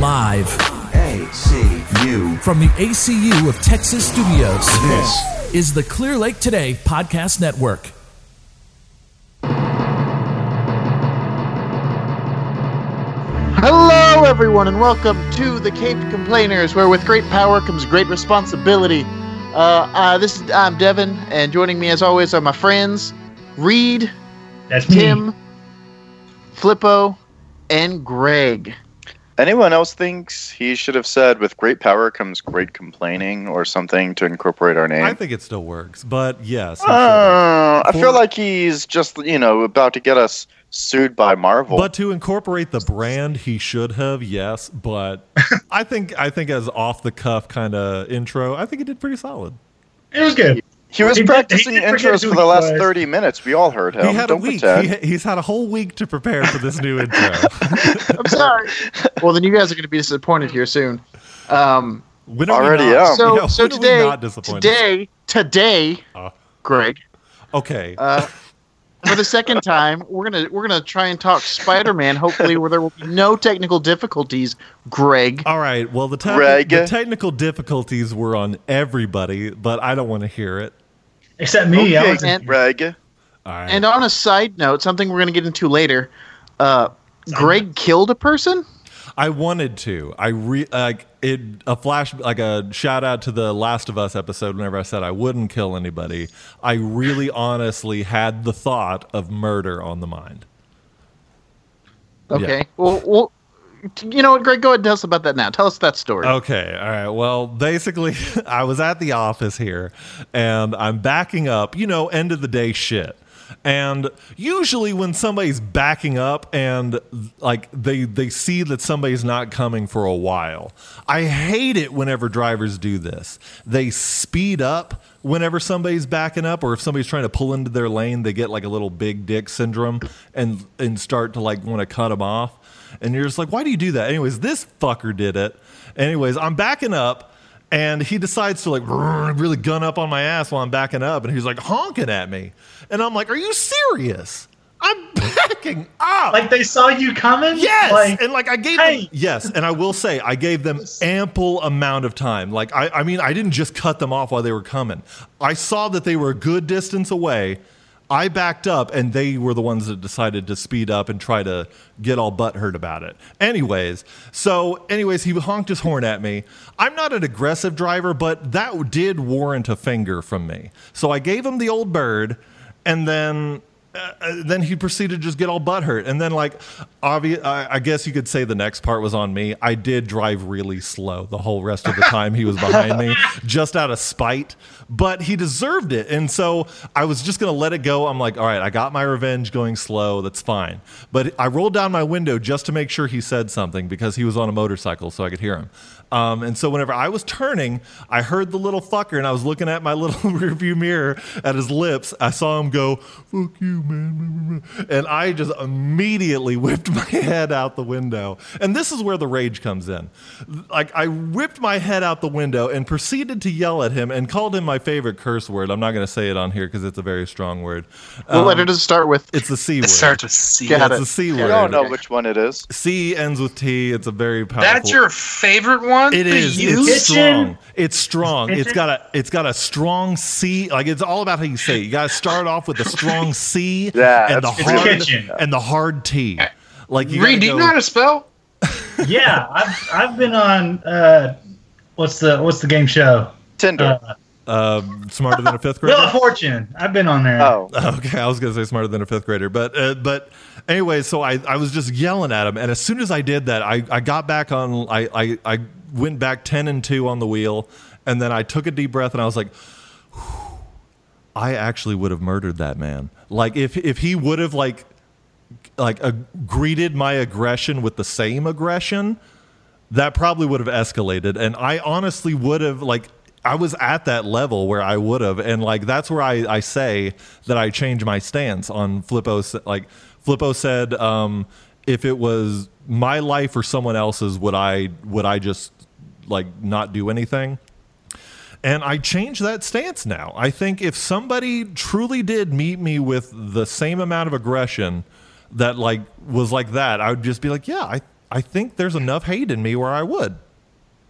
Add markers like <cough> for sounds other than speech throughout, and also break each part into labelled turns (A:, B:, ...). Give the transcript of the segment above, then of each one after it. A: Live
B: ACU.
A: from the ACU of Texas Studios
B: This
A: is the Clear Lake Today Podcast Network.
C: Hello, everyone, and welcome to the Cape Complainers, where with great power comes great responsibility. Uh, uh, this is I'm Devin, and joining me as always are my friends Reed,
D: That's me.
C: Tim, Flippo, and Greg.
E: Anyone else thinks he should have said, with great power comes great complaining or something to incorporate our name?
F: I think it still works, but yes. I'm sure.
E: Uh, I
F: For-
E: feel like he's just, you know, about to get us sued by Marvel.
F: But to incorporate the brand, he should have yes. But I think I think as off the cuff kind of intro, I think he did pretty solid.
D: It was good.
E: he was
D: He did-
E: practicing
D: he did forget
E: intros
D: who
E: for the
D: he
E: last
D: was.
E: 30 minutes. We all heard him.
F: he had a
E: Don't
F: week.
E: pretend.
F: He, he's had a whole week to prepare for this
E: <laughs>
F: new intro. <laughs>
C: I'm sorry. well, then you guys are going to be disappointed here soon. Um,
F: When are we
E: Already
F: not-
E: am.
C: so,
F: yeah,
C: so
F: when Oh, are we
C: today,
F: not disappointed?
C: today, today,
F: Uh.
C: Greg,
F: Okay.
C: uh, for the second time, we're gonna we're gonna try and talk Spider-Man. Hopefully, where there will be no technical difficulties. Greg,
F: All right. Well, the, tec-
E: Greg.
F: the technical difficulties were on everybody, but I don't want to hear it.
D: Except me. I
C: Okay,
D: was
C: and-
E: Greg.
F: All right.
C: and on a side note, something we're gonna get into later. Uh, Greg killed a person.
F: I wanted to. I re like it a flash like a shout out to the Last of Us episode whenever I said I wouldn't kill anybody. I really honestly had the thought of murder on the mind.
C: Okay. Well, well, you know what, Greg? Go ahead and tell us about that now. Tell us that story.
F: Okay. All right. Well, basically, <laughs> I was at the office here and I'm backing up, you know, end of the day shit. And usually when somebody's backing up and like they they see that somebody's not coming for a while. I hate it whenever drivers do this. They speed up whenever somebody's backing up or if somebody's trying to pull into their lane, they get like a little big dick syndrome and and start to like want to cut them off. And you're just like, why do you do that? Anyways, this fucker did it. Anyways, I'm backing up and he decides to like <laughs> brrr, really gun up on my ass while I'm backing up. And he's like honking at me. And I'm like, are you serious? I'm <laughs> backing up.
D: like they saw you coming.
F: Yes,
D: Like,
F: and like I gave
D: hey.
F: them, yes, and I will say I gave them ample amount of time. Like I, I mean, I didn't just cut them off while they were coming. I saw that they were a good distance away. I backed up, and they were the ones that decided to speed up and try to get all butthurt about it. Anyways, so anyways, he honked his horn at me. I'm not an aggressive driver, but that did warrant a finger from me. So I gave him the old bird, and then uh, uh, then he proceeded to just get all butthurt. And then, like, obvious, I, I guess you could say the next part was on me. I did drive really slow the whole rest of the time he was behind me, just out of spite. But he deserved it. And so I was just going to let it go. I'm like, all right, I got my revenge going slow. That's fine. But I rolled down my window just to make sure he said something because he was on a motorcycle, so I could hear him. Um, and so whenever I was turning, I heard the little fucker, and I was looking at my <laughs> little rearview mirror at his lips. I saw him go, "Fuck you, man," and I just immediately whipped my <laughs> head out the window. And this is where the rage comes in. Like I whipped my head out the window and proceeded to yell at him and called him my favorite curse word. I'm not going to say it on here because it's a very strong word.
C: what
F: Um,
C: letter does it start with?
F: it's the c word.
G: Start with C.
C: Got
F: Yeah,
C: it.
F: it's the c
C: Yeah.
E: We
F: word.
G: Oh,
E: don't know which one it is.
F: C ends with T. It's a very powerful.
G: That's your favorite one.
F: It is.
G: You?
F: It's
D: Kitchen.
F: strong. It's strong. It's got a. It's got a strong C. Like it's all about how you say. It. You got to start off with a strong C
E: Yeah,
F: and the
E: that's
D: really
F: hard
D: Kitchen.
F: and the hard T. Like you.
G: Reed,
F: gotta
G: do you
F: go-
G: know how to spell?
D: yeah, I've I've been on uh, what's the what's the game show? Uh,
E: Tinder.
F: uh, smarter than a fifth grader.
D: Wheel of Fortune. I've been on there.
E: oh.
F: <laughs> Okay, I was gonna say smarter than a fifth grader, but uh, but anyway, so I, I was just yelling at him, and as soon as I did that, I, I got back on, I, I I went back ten and two on the wheel, and then I took a deep breath, and I was like, "Whew, I actually would have murdered that man. Like if if he would have like like uh, greeted my aggression with the same aggression, that probably would have escalated and i honestly would have like i was at that level where i would have and like that's where i, I say that i change my stance on flippo s- like flippo said um, if it was my life or someone else's would i would i just like not do anything and I changed that stance now. I think if somebody truly did meet me with the same amount of aggression that like was like that, I would just be like, yeah, I I think there's enough hate in me where I would.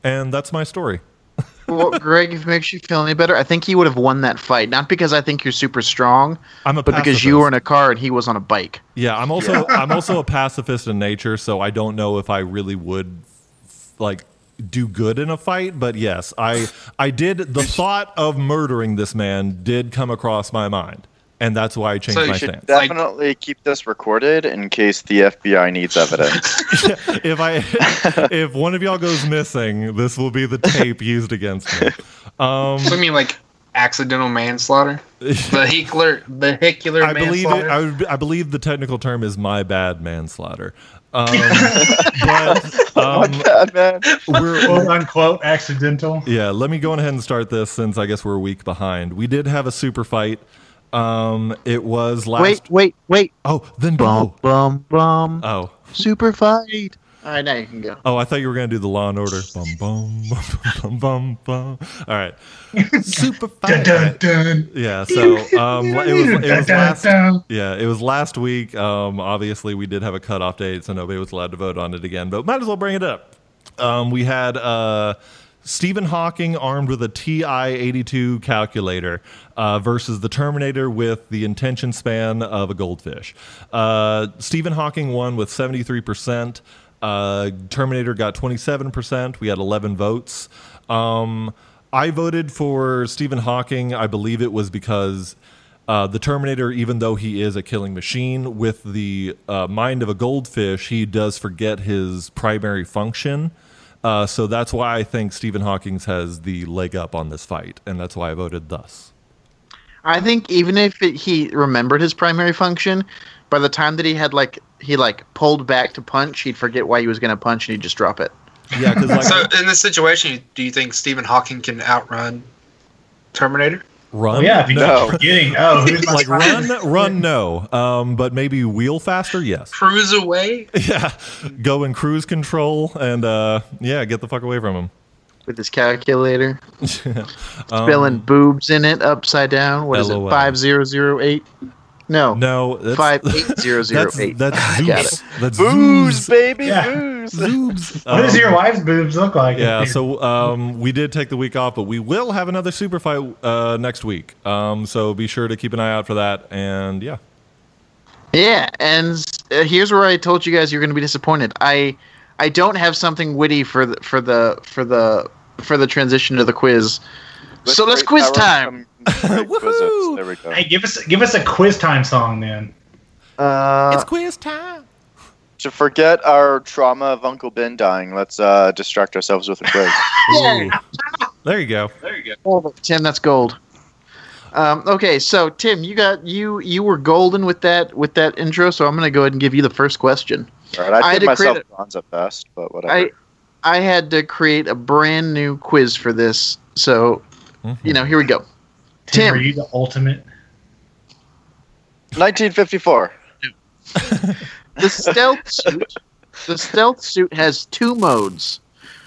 F: And that's my story.
C: well, Greg, if it makes you feel any better, I think he would have won that fight. Not because I think you're super strong,
F: I'm a
C: but because you
F: pacifist.
C: were in a car and he was on a bike.
F: Yeah, I'm also I'm also a pacifist in nature, so I don't know if I really would like do good in a fight, but yes, I I did the thought of murdering this man did come across my mind, and that's why I changed
G: So you
F: my
E: You should
F: stance.
G: Like-
E: definitely keep this recorded in case the FBI
D: <laughs>
E: needs evidence.
F: if I if one of y'all goes missing, this will be the tape used against me. Um
G: So I mean, like accidental manslaughter, vehicular, vehicular
F: I believe it,
G: manslaughter.
F: I, would- I believe the technical term is my bad manslaughter. Um, but um,
E: God, man.
F: we're
D: quote unquote accidental.
F: Yeah, let me go on ahead and start this since I guess we're a week behind. We did have a super fight. Um, it was last.
C: Wait, wait, wait.
F: Oh, then
C: Bum,
F: go.
C: bum, bum.
F: Oh,
C: Super fight. All right, now you can go.
F: oh, I thought you were gonna do the Law and Order. Bum bum <laughs> bum bum bum. bum. All right, super
D: Dun,
F: fight.
D: dun, dun.
F: <laughs> Yeah, so um, it was it
D: Dun,
F: was
D: dun,
F: last.
D: dun.
F: Yeah, it was last week. Um, obviously, we did have a cutoff date, so nobody was allowed to vote on it again, but might as well bring it up. Um, we had uh, Stephen Hawking armed with a TI 82 calculator uh, versus the Terminator with the intention span of a goldfish. Uh, Stephen Hawking won with 73%. Uh, Terminator got 27%. We had 11 votes. Um, I voted for Stephen Hawking. I believe it was because uh, the Terminator, even though he is a killing machine, with the uh, mind of a goldfish, he does forget his primary function. Uh, so that's why I think Stephen Hawking has the leg up on this fight, and that's why I voted thus.
C: I think even if it, he remembered his primary function, by the time that he had like he like pulled back to punch, he'd forget why he was going to punch and he'd just drop it.
F: Yeah, because like
G: So in this situation, do you think Stephen Hawking can outrun Terminator?
F: run,
D: Oh, yeah, if you
E: No.
D: keep forgetting. Oh, here's my
F: <laughs> like run, run, no, um, but maybe wheel faster, yes.
G: Cruise <laughs> away?
F: Yeah, go in cruise control, and uh, yeah, get the fuck away from him.
C: With his calculator,
F: <laughs> Um,
C: spelling boobs in it upside down. What is
F: LOL.
C: it? Five zero zero eight? No,
F: No, that's, <laughs>
C: five eight zero zero
F: that's
C: eight. <laughs>
F: that's
C: Got
F: Zoobs. That's
E: Booze,
F: Zoobs.
E: baby,
D: Yeah. <laughs>
E: booze.
F: Zoobs.
D: What does
F: Um,
D: your wife's boobs look like?
F: <laughs> Yeah, so um, we did take the week off, but we will have another super fight uh, next week. Um, so be sure to keep an eye out for that. And yeah,
C: Yeah, and uh, here's where I told you guys you're going to be disappointed. I I don't have something witty for the for the for the for the transition to the quiz. so let's quiz
E: Great power
C: time.
E: comes
F: <laughs>
E: great
F: Woohoo!
E: quizzes. There we go.
D: Hey, give us give us a quiz time song then.
C: Uh,
F: quiz time.
E: To forget our trauma of Uncle Ben dying, let's uh, distract ourselves with a quiz.
C: <laughs>
F: There you go.
G: There you
C: Tim, that's gold. Um, okay, so Tim, you got you you were golden with that with that intro, so I'm going to go ahead and give you the first question.
E: All right,
C: I
E: I
C: had
E: did
C: to
E: myself
C: create
E: bronze at best, but whatever.
C: I I had to create a brand new quiz for this, so you know, here we go.
D: Mm-hmm. Tim,
C: Tim.
D: are you the ultimate?
E: 1954.
C: The stealth suit. The stealth suit has two modes.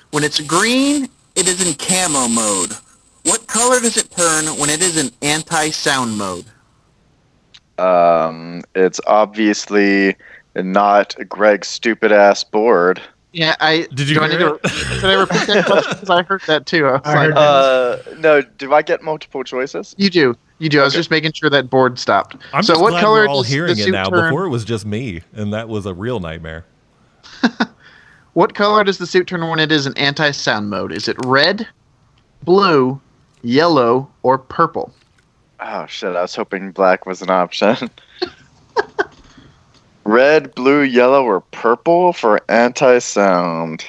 C: When it's green, it is in camo mode. What color does it turn when it is in anti-sound mode?
E: Um, it's obviously not Greg's stupid ass board.
C: Yeah, I
F: Did you
C: do I
F: hear
C: need <laughs> to- Did I repeat that question? 'Cause I heard that too. I was
D: I
C: like,
D: heard that.
E: Uh, no, do I get multiple choices?
C: you do, you do. I was just making sure that board stopped.
F: I'm
C: so
F: just
C: what
F: glad
C: color
F: we're all
C: does the
F: hearing it
C: suit
F: now.
C: turn?
F: Before it was just me, and that was a real nightmare.
C: What color does the suit turn when it is in anti-sound mode? Is it red, blue, yellow, or purple?
E: Oh shit, I was hoping black was an option.
C: <laughs>
E: Red, blue, yellow, or purple for anti sound.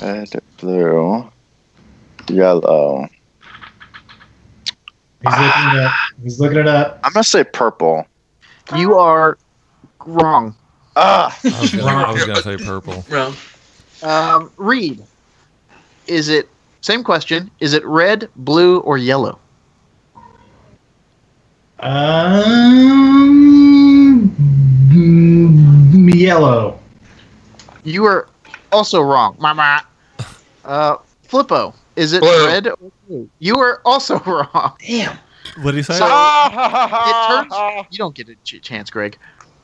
E: Red, blue, yellow.
D: He's looking it up. He's looking it up.
E: I'm gonna say purple.
C: You are wrong.
E: Ah,
F: <laughs> I was gonna, I was gonna say purple.
G: go. Well,
C: Um, Reed, is it same question? Is it red, blue, or yellow?
D: Um, mm, yellow.
C: You are also wrong. Mama. Uh, Flippo, is it
G: Blue.
C: red or blue? You are also <laughs> wrong.
D: Damn.
F: What do you say?
C: So- it Uh, turns. You don't get a ch- chance, Greg.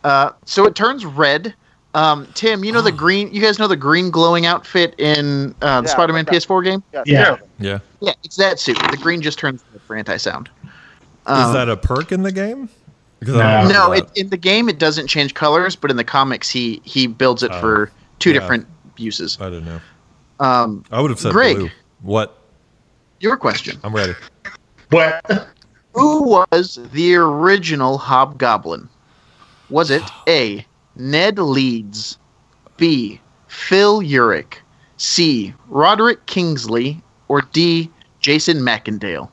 C: Uh, so it turns red Um, Tim, you know the green. You guys know the green glowing outfit in uh, the
E: Yeah,
C: Spider-Man
E: like that.
C: PS4 game.
E: Yeah.
D: Yeah.
F: Yeah.
C: Yeah, it's that suit. The green just turns red for anti-sound.
F: Is
C: Um,
F: that a perk in the game? Because
D: No.
F: remember
C: no,
F: that.
C: it, in the game it doesn't change colors, but in the comics he he builds it for two
F: Oh, yeah.
C: different uses.
F: I don't know.
C: Um,
F: I would have said
C: Greg.
F: blue. What?
C: your question:
F: I'm ready.
D: What?
C: Who was the original Hobgoblin? Was
F: <sighs>
C: it A. Ned Leeds, B. Phil Urich, C. Roderick Kingsley, or D. Jason McIndale?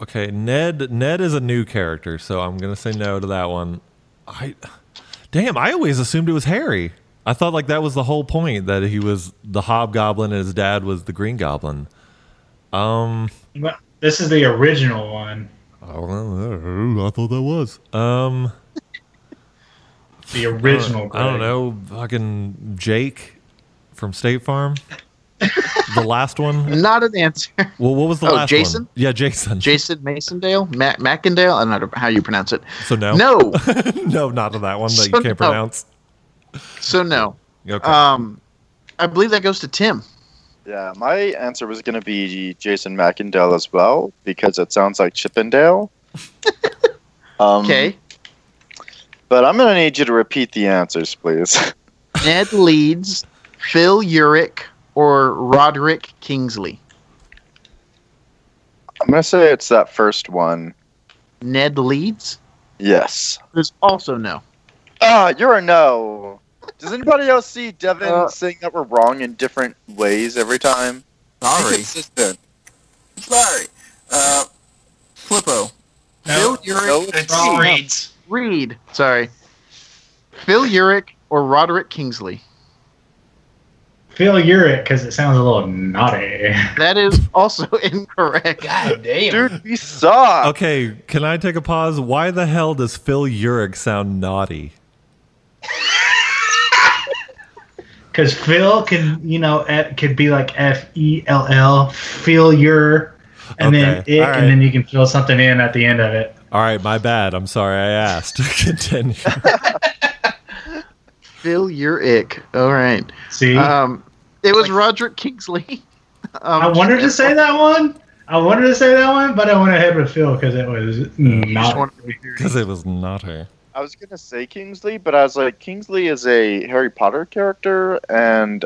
F: Okay, Ned. Ned is a new character, so I'm gonna say no to that one. I, damn, I always assumed it was Harry. I thought like that was the whole point that he was the Hobgoblin and his dad was the Green Goblin. Um,
D: This is the original one.
F: I don't know. I thought that was. Um,
D: The original.
F: I don't
D: Greg.
F: know. Fucking Jake from State Farm. the last one.
C: Not an answer. <laughs>
F: Well, what was the
C: Oh,
F: last
C: Jason?
F: one? Yeah, Jason.
C: Jason Masondale, Ma- McIndale. I don't know how you pronounce it.
F: so no,
C: No,
F: <laughs> no, not to that one that
C: So
F: you can't
C: no.
F: pronounce.
C: so no.
F: Okay.
C: Um, I believe that goes to Tim.
E: Yeah, my answer was going to be Jason McIndale as well because it sounds like Chippendale. um,
C: Okay,
E: But I'm going to need you to repeat the answers, please. <laughs>
C: Ned Leeds, Phil Urich, or Roderick Kingsley.
E: I'm going to say it's that first one.
C: Ned Leeds.
E: Yes.
C: There's also no.
E: Ah, you're a no. Does anybody else see Devin
C: Uh,
E: saying that we're wrong in different ways every time?
C: Sorry.
H: Consistent. Sorry. Uh, Flippo.
D: No.
C: Phil Urich,
E: No,
G: It's
E: wrong.
G: Reed's.
C: Reed. Sorry, Phil Urich or Roderick Kingsley.
D: Phil Urich, because it sounds a little naughty. <laughs>
C: That is also <laughs> incorrect.
G: God damn.
E: Dude, we saw.
F: Okay, can I take a pause? Why the hell does Phil Urich sound naughty?
D: Because Phil can, you know, eh, could be like F E L L, feel your, and then
F: Okay,
D: it,
F: alright.
D: and then you can fill something in at the end of it.
F: All right, my bad. I'm sorry I asked. <laughs>
C: <laughs>
F: Continue.
C: Phil Urich. All right.
D: See,
C: Um, it was Roderick Kingsley. <laughs> Um,
D: I wanted to say that one. I wanted to say that one, but I went ahead with Phil because it was
C: just
D: not.
C: wanted to be here.
F: Because it was naughty.
E: I was gonna say Kingsley, but I was like, Kingsley is a Harry Potter character, and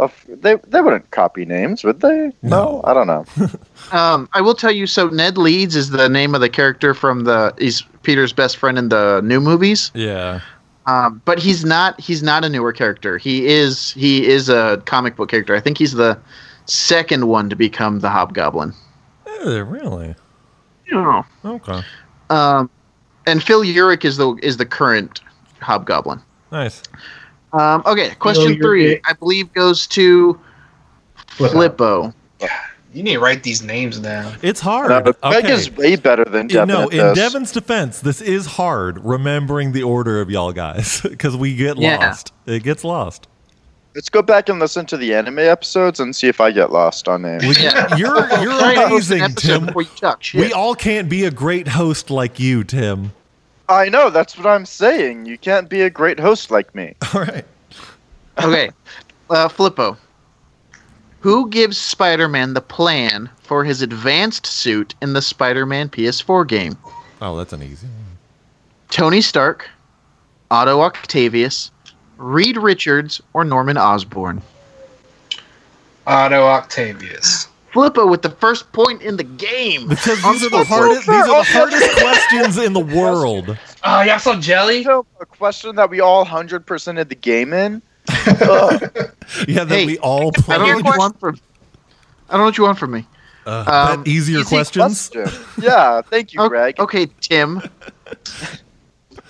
E: a f- they they wouldn't copy names, would they?
F: No.
E: I don't know.
C: Um, I will tell you. So Ned Leeds is the name of the character from the. He's Peter's best friend in the new movies.
F: Yeah.
C: Um, but he's not. He's not a newer character. He is. He is a comic book character. I think he's the second one to become the Hobgoblin.
F: Eh, really?
C: Yeah.
F: Okay.
C: Um, and Phil Urich is the is the current Hobgoblin.
F: Nice.
C: Um, okay, question
D: Urich.
C: three, I believe, goes to
D: Flip.
C: Flippo.
G: You need to write these names down.
F: It's hard.
E: No, but Greg
F: okay.
E: is way better than Devin.
F: no,
E: at
F: in
E: this.
F: Devin's defense, this is hard remembering the order of y'all guys <laughs> because we get
C: Yeah.
F: lost. It gets lost.
E: let's go back and listen to the anime episodes and see if I get lost on names.
F: We-
C: Yeah. <laughs>
F: You're, you're
C: Try to host an
F: amazing,
C: episode
F: Tim.
C: before you talk shit.
F: We all can't be a great host like you, Tim. <laughs>
E: I know that's what I'm saying. You can't be a great host like
F: <laughs>
E: me.
F: All right.
C: okay, uh, Flippo. Who gives Spider-Man the plan for his advanced suit in the Spider-Man PS4 game?
F: Oh, that's an easy one.
C: Tony Stark, Otto Octavius, Reed Richards, or Norman Osborn?
G: Otto Octavius.
C: Flippo with the first point in the game.
F: Because
C: On
F: these are the
C: Flippo.
F: hardest. These are the hardest questions in the world.
G: Oh, y'all saw Jelly?
E: So, a question that we all hundred percent of the game in.
F: <laughs> Yeah, that
C: Hey,
F: we all
C: I
F: play.
C: don't know what you want from. I don't know what you want from me.
F: Uh,
C: Um,
F: but easier
C: easy
F: questions.
E: Question. Yeah, thank you,
C: O-
E: Greg.
C: <laughs> Okay,
F: <laughs>
C: Tim.
F: Uh,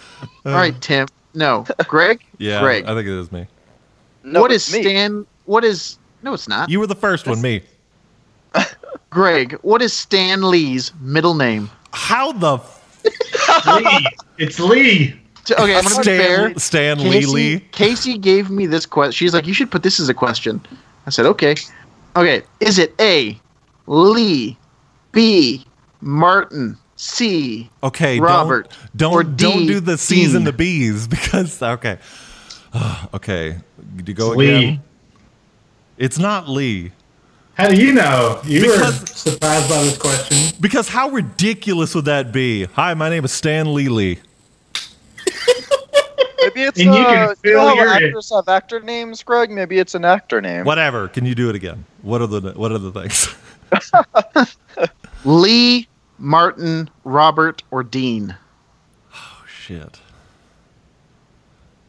C: All right, Tim. No, Greg.
F: Yeah,
C: Greg.
F: I think it is me.
E: <laughs> No,
C: what
E: it's
C: is
E: me.
C: Stan? What is? No, it's not.
F: You were the first one. Me.
C: Greg. What is Stan Lee's middle name?
F: How the f-
D: <laughs> Lee. It's Lee.
C: T- Okay, I'm gonna be fair.
F: Stan Stan Lee
C: Casey,
F: Lee?
C: Casey gave me this question. She's like, "You should put this as a question." I said, "Okay, okay." Is it A. Lee, B. Martin, C.
F: Okay,
C: Robert,
F: Don't
C: or
F: don't, don't
C: D,
F: do the C's
C: Dean.
F: and the B's <laughs> because okay, <sighs> okay. Do you go
D: It's Lee.
F: again? It's not Lee
D: How do you know? You were
F: Because-
D: surprised by this question.
F: because how ridiculous would that be? Hi, my name is Stan Lee Lee.
E: Maybe it's
D: And you can
E: uh, you
D: fill
E: know how
D: your-
E: actors have actor names, Greg. Maybe it's an actor name.
F: Whatever. Can you do it again? What are the what are the things? <laughs>
C: Lee, Martin, Robert, or Dean.
F: Oh shit.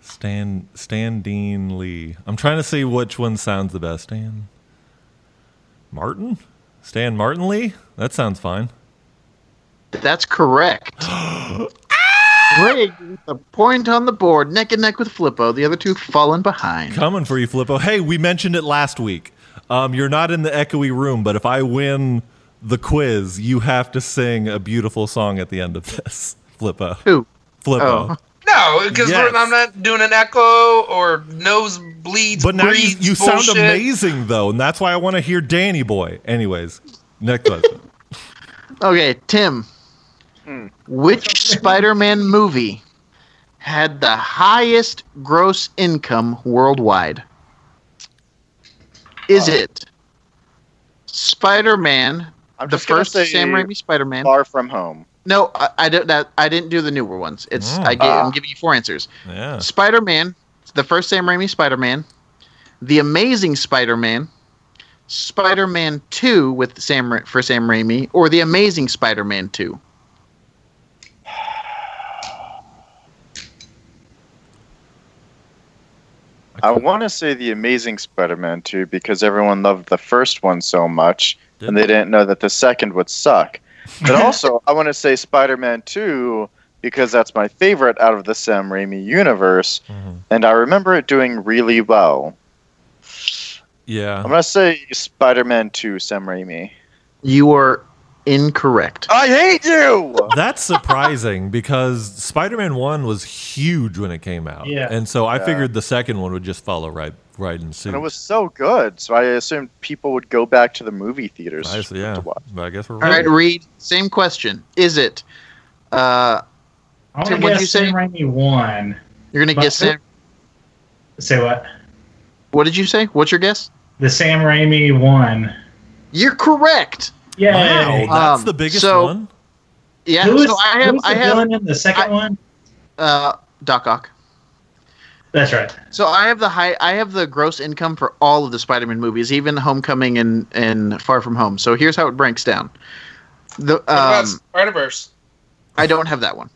F: Stan Stan Dean Lee. I'm trying to see which one sounds the best. Stan Martin? Stan Martin Lee? That sounds fine.
C: That's correct. Greg with a point on the board, neck and neck with Flippo, the other two falling behind.
F: Coming for you, Flippo. Hey, we mentioned it last week. Um, you're not in the echoey room, but if I win the quiz, you have to sing a beautiful song at the end of this. <laughs> Flippo.
C: Who? Oh.
F: Flippo.
G: No, because
F: Yes.
G: I'm not doing an echo or nosebleeds.
F: But now you,
G: breeds
F: you sound
G: bullshit.
F: amazing, though, and that's why I want to hear Danny Boy. Anyways, next question.
C: Okay, Tim.
E: Hmm.
C: Which Spider Man movie had the highest gross income worldwide? Is
E: Uh,
C: it Spider Man,
E: I'm
C: the
E: just gonna
C: first
E: say
C: Sam Raimi Spider Man?
E: Far from home.
C: No, I, I don't. That, I didn't do the newer ones. It's
F: Mm.
C: I gave,
E: Ah.
C: I'm giving you four answers.
F: Yeah.
C: Spider Man, the first Sam Raimi Spider Man, The Amazing Spider Man, Spider Man Two with Sam Ra- for Sam Raimi, or The Amazing Spider Man Two.
E: I want to say the Amazing Spider-Man 2 because everyone loved the first one so much, and they didn't know that the second would suck. <laughs> But also, I want to say Spider-Man 2 because that's my favorite out of the Sam Raimi universe,
F: Mhm.
E: and I remember it doing really well.
F: Yeah.
E: I'm gonna say Spider-Man 2, Sam Raimi.
C: You are incorrect.
E: I hate you.
F: That's surprising because Spider-Man One was huge when it came out,
D: Yeah.
F: and so I
E: Yeah.
F: figured the second one would just follow right, right in suit.
E: And it was so good, so I assumed people would go back to the movie theaters
F: I see, yeah.
E: to watch.
F: But I guess we're
C: All
F: right.
C: right, Reed. Same question. Is it? Uh,
D: I want to
C: Tim, what'd
D: guess
C: you say?
D: Sam Raimi won.
C: you're gonna
D: But-
C: guess Sam.
D: Say what?
C: What did you say? What's your guess?
D: The Sam Raimi won.
C: You're correct.
D: Yeah.
F: Wow, that's
C: Um,
F: the biggest
C: so-
F: one.
C: Yeah.
D: Who is,
C: so I
D: who
C: have.
D: is the
C: I have.
D: villain in the second
C: I-
D: one?
C: Uh, Doc Ock.
D: That's right.
C: So I have the high, I have the gross income for all of the Spider-Man movies, even Homecoming and and Far From Home. So here's how it breaks down. The
G: What about
C: um,
G: Spider-Verse?
C: I don't have that one.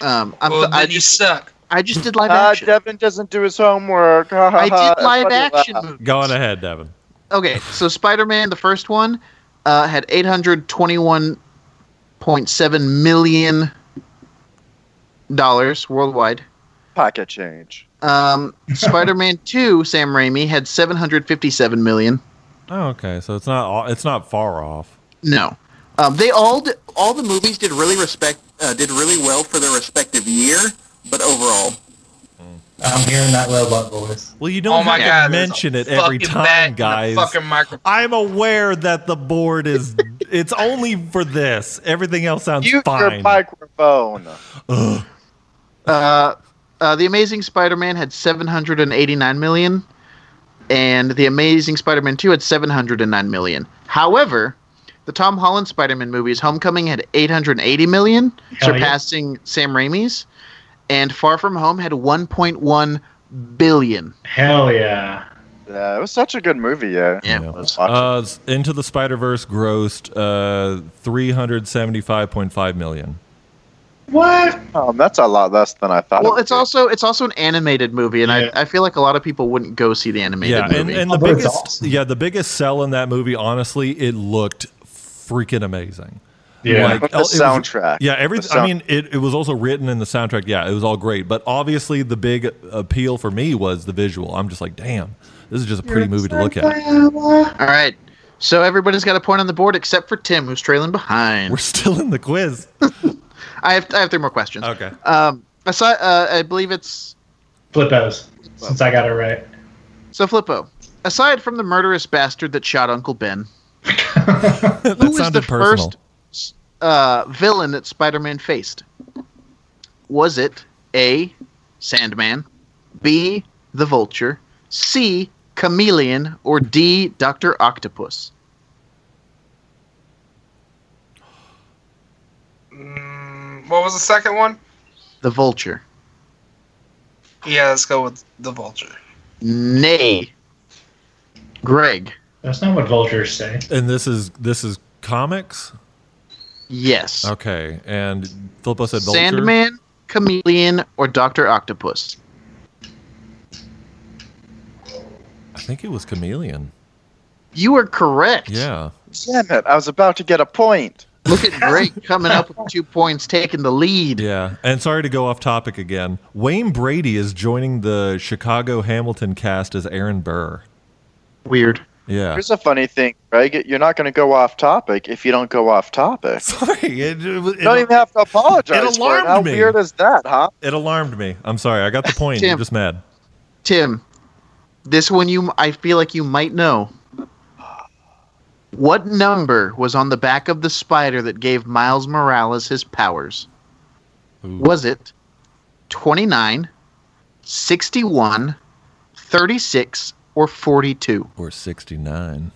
C: Um, I'm
G: well,
C: th- I
G: then you
C: just
G: suck.
C: I just did live
E: Ah,
C: action.
E: Devin doesn't do his homework. <laughs> Ha, ha,
C: I
E: ha.
C: did live
E: Funny laugh.
C: action movies.
F: Go on ahead, Devin.
C: Okay, so Spider-Man, the first one, uh, had 821.7 million dollars worldwide.
E: Pocket change.
G: <laughs>
C: Um, Spider-Man 2, Sam Raimi, had 757 million.
F: Oh, okay. So it's not all, it's not far off.
C: No.
H: Um, they all d- all the movies did really respect uh, did really well for their respective year, but overall,
D: I'm hearing that robot voice.
F: Well, you
G: Oh
F: don't
G: my
F: have to
G: god! there's a
F: mention it every
G: fucking bat
F: time,
G: in the
F: guys.
G: Fucking microphone.
F: I'm aware that the board is it's only for this. Everything else sounds
E: Use your
F: fine.
E: microphone.
F: Ugh.
C: uh, uh, the Amazing Spider-Man had 789 million, and the Amazing Spider-Man 2 had 709 million. However, the Tom Holland Spider-Man movies, Homecoming, had 880 million,
D: Hell yeah.
C: surpassing Sam Raimi's, and Far From Home had 1.1 billion.
D: Hell yeah.
E: Yeah, it was such a good movie. Yeah.
C: Yeah,
F: Yeah.
C: it was.
F: Uh, Into the Spider Verse grossed uh, 375.5 million.
D: What?
E: Um, that's a lot less than I thought. it
C: Well,
E: would
C: it's
E: be.
C: also it's also an animated movie, and
D: Yeah.
C: I, I feel like a lot of people wouldn't go see the animated
F: Yeah, and,
C: movie.
F: and the
D: Although it's
F: biggest
D: awesome.
F: yeah the biggest sell in that movie, honestly, it looked freaking amazing.
D: Yeah.
F: Like,
E: With the
F: oh, it was-
E: soundtrack.
F: Yeah, every
E: The
F: I
E: sound-
F: mean, it, it was also written in the soundtrack. Yeah, it was all great, but obviously the big appeal for me was the visual. I'm just like, damn, this is just a pretty movie to look at.
C: All right, so everybody's got a point on the board except for Tim, who's trailing behind.
F: We're still in the quiz.
C: I have I have three more questions. <laughs>
F: Okay,
C: Um, I saw. Uh, I believe it's
D: Flippos. Since I got it right.
C: so Flippo. Aside from the murderous bastard that shot Uncle Ben,
F: that
C: who was
F: sounded
C: the
F: personal.
C: first? uh, villain that Spider-Man faced? Was it A. Sandman, B. The Vulture, C. Chameleon, or D. Doctor Octopus?
G: Mm, what was the second one?
C: The Vulture.
G: Yeah, let's go with the vulture.
C: Nay. Greg.
D: That's not what vultures say.
F: And this is this is comics.
C: Yes.
F: Okay, and Filippo said Oh, Vulture.
C: Sandman, Chameleon, or Doctor Octopus?
F: I think it was Chameleon.
C: You are correct.
F: Yeah.
E: Damn it! I was about to get a point.
C: Look at Greg coming up
F: <laughs>
C: with two points, taking the lead.
F: Yeah. And sorry to go off topic again. Wayne Brady is joining the Chicago Hamilton cast as Aaron Burr.
C: Weird.
F: Yeah.
E: Here's a funny thing, Greg. You're not going to go off topic if you don't go off topic.
F: <laughs> Sorry. It, it,
E: You don't even have to apologize.
F: it
E: for it.
F: alarmed
E: How
F: me.
E: weird is that, huh?
F: it alarmed me. I'm sorry. I got the point.
C: Tim.
F: I'm just mad.
C: Tim, this one you I feel like you might know. What number was on the back of the spider that gave Miles Morales his powers? Was it 29, 61, 36, or 42?
F: Or 69.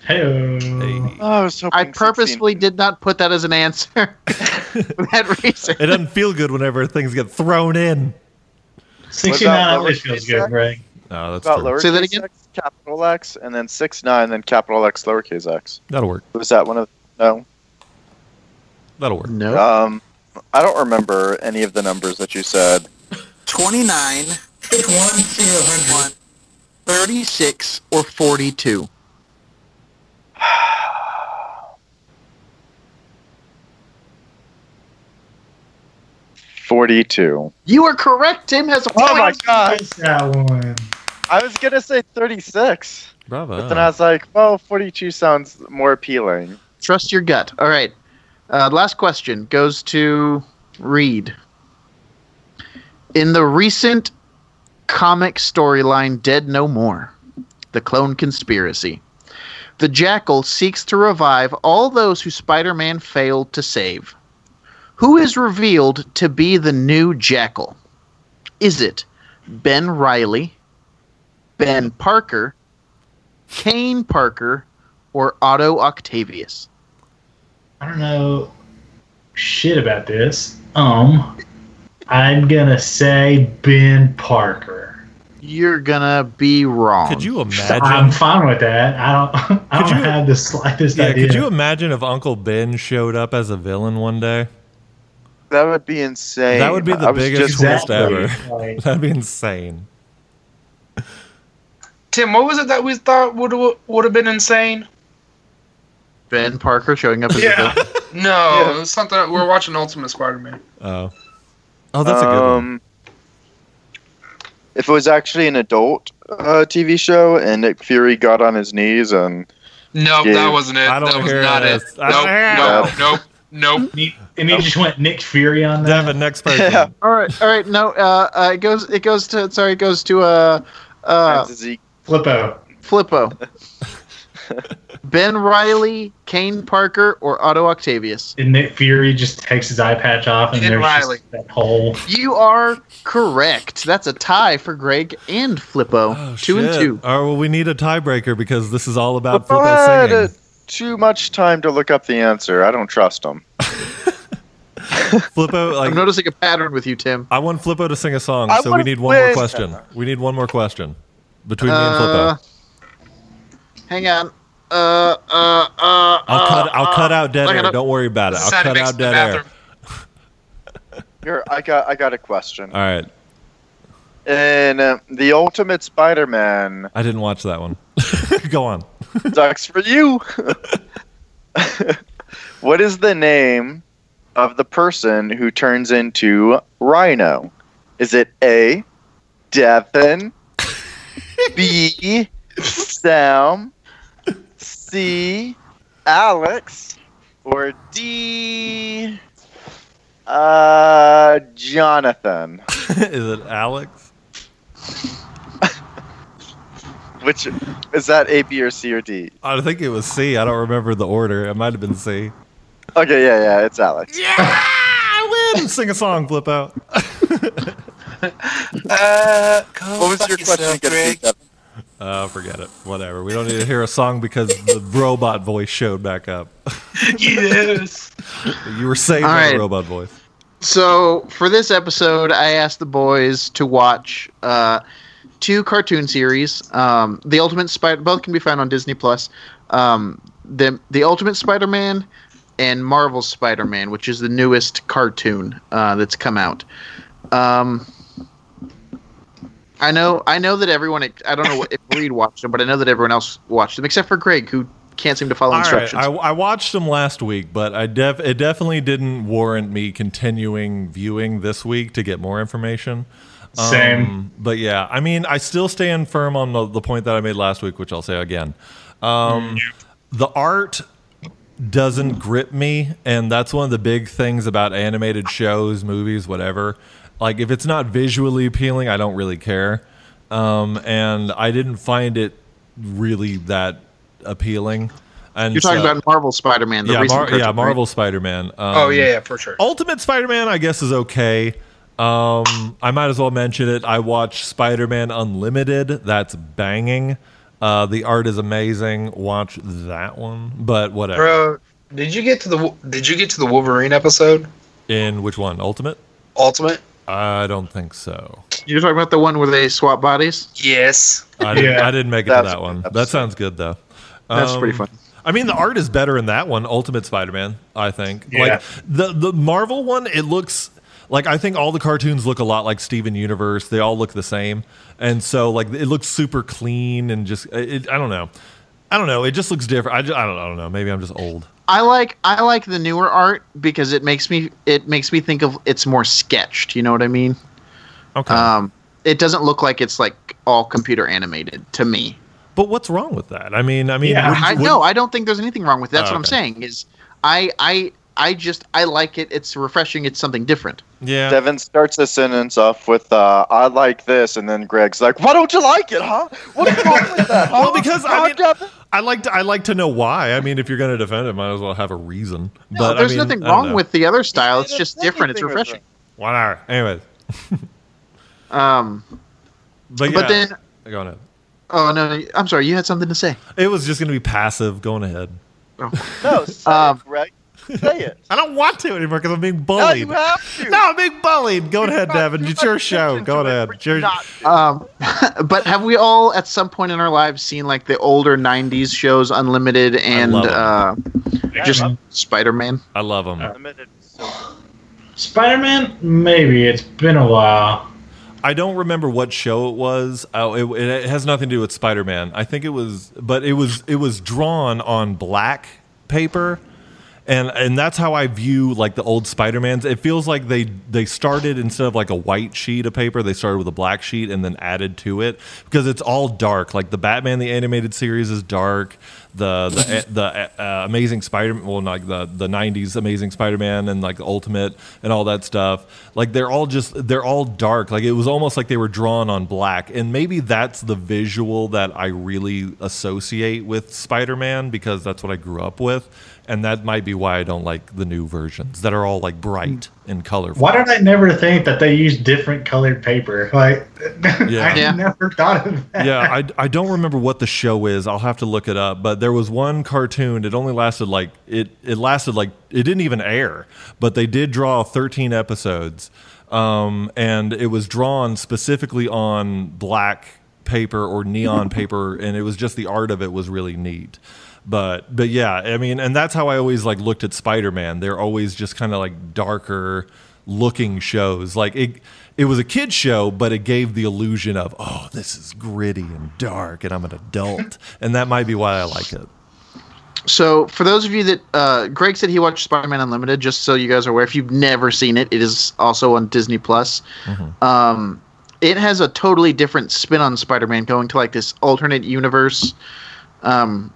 D: Hey.
E: Oh, I, was
C: I
E: hoping
C: purposely
E: 16
C: did not put that as an answer <laughs> for that reason.
F: It doesn't feel good whenever things get thrown in.
D: 69
E: What about
D: always
E: lower
D: feels good,
E: sex?
D: Greg.
F: Oh, that's
E: About
F: true.
E: lowercase
C: Say that again?
E: x, capital X, and then six nine, then capital X, lowercase x.
F: That'll work.
E: Was that one of no?
F: That'll work.
C: No.
E: Um, I don't remember any of the numbers that you said.
H: 29,
I: Pick one through a hundred.
C: 36 or 42?
E: Forty-two.
C: You are correct. Tim has a point.
E: Oh my god!
D: It's that one.
E: I was gonna say thirty-six,
F: Bravo.
E: but then I was like, well, forty-two sounds more appealing.
C: Trust your gut. All right. Uh, last question goes to Reed. In the recent comic storyline Dead No More, The Clone Conspiracy, the Jackal seeks to revive all those who Spider Man failed to save. Who is revealed to be the new Jackal? Is it Ben Riley, Ben Parker, Kane Parker, or Otto Octavius?
D: I don't know shit about this. Um, I'm gonna say Ben Parker.
C: You're gonna be wrong.
F: could you
D: I'm
F: imagine?
D: fine with that. I don't. <laughs> I
F: Could
D: don't
F: you-
D: have the slightest
F: Yeah,
D: idea.
F: could you imagine if Uncle Ben showed up as a villain one day? <laughs>
E: That would be insane.
F: That would be the
E: I was just-
F: biggest twist
D: Exactly.
F: ever.
D: Like,
F: That'd be insane.
G: Tim, what was it that we thought would would have been insane?
C: Ben Parker showing up as a villain.
G: No, it was something we're watching Ultimate Spider-Man.
F: Oh. Oh, that's a good one.
E: Um, If it was actually an adult uh, TV show and Nick Fury got on his knees and
G: Nope,
E: Yeah.
G: that wasn't it.
F: I don't
G: that was
F: hear
G: not
F: this.
G: it.
F: I don't hear
G: Nope, nope, nope, nope.
D: and he- and he just went Nick Fury on that.
F: Devin, next person.
E: Yeah.
C: all right, all right. No, uh, uh, it goes. It goes to. Sorry, it goes to uh, uh,
E: Zeke
D: Flippo.
C: Flippo. ben Riley, Kane Parker, or Otto Octavius?
D: And Nick Fury just takes his eye patch off, and
G: Ben
D: there's
G: Reilly.
D: just that hole.
C: You are correct. That's a tie for Greg and Flippo.
F: Oh,
C: two and
F: shit.
C: two.
F: All right, well, we need a tiebreaker because this is all about
E: But I
F: football
E: had
F: singing.
E: it too much time to look up the answer. I don't trust him.
F: Flippo, like,
C: I'm noticing a pattern with you, Tim.
F: I want Flippo to sing a song,
E: I
F: so we
E: wanna
F: need one more
E: win.
F: question. We need one more question between me and
C: Uh,
F: Flippo.
C: hang on. Uh, uh, uh,
F: I'll cut. I'll cut out dead
C: look it
F: air.
C: up.
F: Don't worry about it. I'll
G: Sound
F: cut
G: effects
F: out
G: in the
F: dead air.
G: bathroom.
E: Here, I got, I got a question.
F: All right.
E: In uh, the Ultimate Spider-Man,
F: I didn't watch that one. <laughs> Go on. <laughs>
E: sucks for you. <laughs> what is the name of the person who turns into Rhino? Is it A. Devin, B. Sam, C. Alex, or D. Uh, Jonathan?
F: is it Alex?
E: Which is that A, B, or C, or D?
F: I think it was C. I don't remember the order. It might have been C.
E: Okay, yeah, yeah, it's Alex.
F: Yeah, I win. Sing a song, flip out.
G: Uh, go
E: What was
G: fuck
E: your question
G: yourself,
E: again?
G: Greg.
E: Steve?
F: Uh, forget it. Whatever. We don't need to hear a song because the robot voice showed back <laughs> up.
G: Yes.
F: You were saved
C: All
F: by the
C: right.
F: robot voice.
C: So for this episode, I asked the boys to watch uh, two cartoon series. Um, the Ultimate Spider, both can be found on Disney Plus. Um, the The Ultimate Spider Man and Marvel's Spider Man, which is the newest cartoon uh, that's come out. Um, I know, I know that everyone. I don't know what- if Reed watched them, but I know that everyone else watched them except for Greg, who can't seem to follow
F: All right,
C: instructions.
F: I, I watched them last week, but I def- it definitely didn't warrant me continuing viewing this week to get more information.
D: Same.
F: Um, but yeah, I mean, I still stand firm on the, the point that I made last week, which I'll say again.
C: Mm.
F: Um, The art doesn't grip me, and that's one of the big things about animated shows, movies, whatever. Like, if it's not visually appealing, I don't really care. Um, and I didn't find it really that appealing. And
C: You're talking
F: so-
C: about Marvel Spider Man, the
F: yeah,
C: recent
F: Mar-
C: cartoon,
F: yeah,
C: right?
F: Marvel Spider-Man. Um,
G: Oh yeah, yeah, for sure.
F: Ultimate Spider-Man, I guess, is okay. Um, I might as well mention it. I watched Spider-Man Unlimited. That's banging. Uh, the art is amazing. Watch that one. But whatever.
G: Bro, did you get to the Wo- Did you get to the Wolverine episode?
F: In which one? Ultimate?
G: Ultimate.
F: I don't think so.
C: You're talking about the one where they swap bodies.
G: Yes.
F: I didn't,
D: Yeah.
F: I didn't make it to
E: That's
F: that
E: a
F: one.
E: good
F: That
E: episode.
F: sounds good though.
C: That's
F: Um,
C: pretty fun.
F: I mean, the art is better in that one, Ultimate Spider-Man. I think.
D: Yeah.
F: Like the the Marvel one, it looks like I think all the cartoons look a lot like Steven Universe. They all look the same, and so like it looks super clean and just it, I don't know, I don't know. It just looks different. I, ju- I don't I don't know. Maybe I'm just old.
C: I like I like the newer art because it makes me it makes me think of it's more sketched. You know what I mean?
F: Okay,
C: Um, it doesn't look like it's like all computer animated to me.
F: but what's wrong with that? I mean, I mean,
D: Yeah.
F: wouldn't-
C: I
F: wouldn't-
C: no, I don't think there's anything wrong with it. That's
F: Oh,
C: what I'm
F: okay.
C: saying. Is I I I just I like it. It's refreshing. It's something different.
F: yeah.
E: Devin starts his sentence off with, uh, I like this, and then Greg's like, Why don't you like it, huh? What's wrong with
H: <laughs>
E: that, huh?
F: Well,
C: Oh,
F: because I
E: Huh,
F: mean,
E: Devin?"
F: I like to, I like to know why. I mean, if you're going to defend it, might as well have a reason.
C: No,
F: but I
C: there's
F: mean,
C: nothing
F: I don't
C: wrong
F: know.
C: with the other style. It's
E: There's
C: just different. It's
E: nothing with
C: refreshing.
F: whatever. Anyways,
C: Um,
F: but, yeah,
C: but then
F: go on ahead.
C: oh no, I'm sorry. You had something to say.
F: It was just going to be passive. Going ahead.
E: it. No, say
C: Um,
E: it, Greg. Say it.
F: I don't want to anymore because I'm being
E: No,
F: bullied.
E: you have to.
F: No, I'm being bullied. Go ahead, Devin. It's your show. Go ahead. It's your-
C: Um, <laughs> but have we all at some point in our lives seen like the older '90s shows, Unlimited and
F: love 'em.
C: uh, just
D: Yeah.
C: Spider-Man?
F: I love him.
D: Spider-Man? Maybe it's been a while.
F: I don't remember what show it was. Oh, it, it has nothing to do with Spider-Man. I think it was, but it was it was drawn on black paper, and and that's how I view like the old Spider-Mans. It feels like they they started instead of like a white sheet of paper, they started with a black sheet and then added to it because it's all dark. Like the Batman the animated series is dark. The the the uh, Amazing Spider-Man, well, like the the '90s Amazing Spider-Man and like Ultimate and all that stuff. Like they're all just they're all dark. Like it was almost like they were drawn on black, and maybe that's the visual that I really associate with Spider-Man because that's what I grew up with, and that might be why I don't like the new versions that are all like bright and colorful.
D: Hmm. Why did I never think that they used different colored paper? Like, <laughs>
F: Yeah.
D: I
C: Yeah.
D: never thought of that.
F: <laughs> yeah, I, I don't remember what the show is. I'll have to look it up. But there was one cartoon. It only lasted like it. It lasted like it didn't even air. But they did draw 13 episodes, um, and it was drawn specifically on black paper
D: <laughs>
F: or neon paper, and it was just the art of it was really neat. But but yeah, I mean, and that's how I always like looked at Spider Man. They're always just kind of like darker looking shows. Like it it was a kid show, but it gave the illusion of, oh, this is gritty and dark and I'm an adult. and that might be why I like it.
C: So for those of you that uh, Greg said he watched Spider-Man Unlimited, just so you guys are aware, if you've never seen it, it is also on Disney Plus. Um, it has a totally different spin on Spider-Man, going to like this alternate universe, um,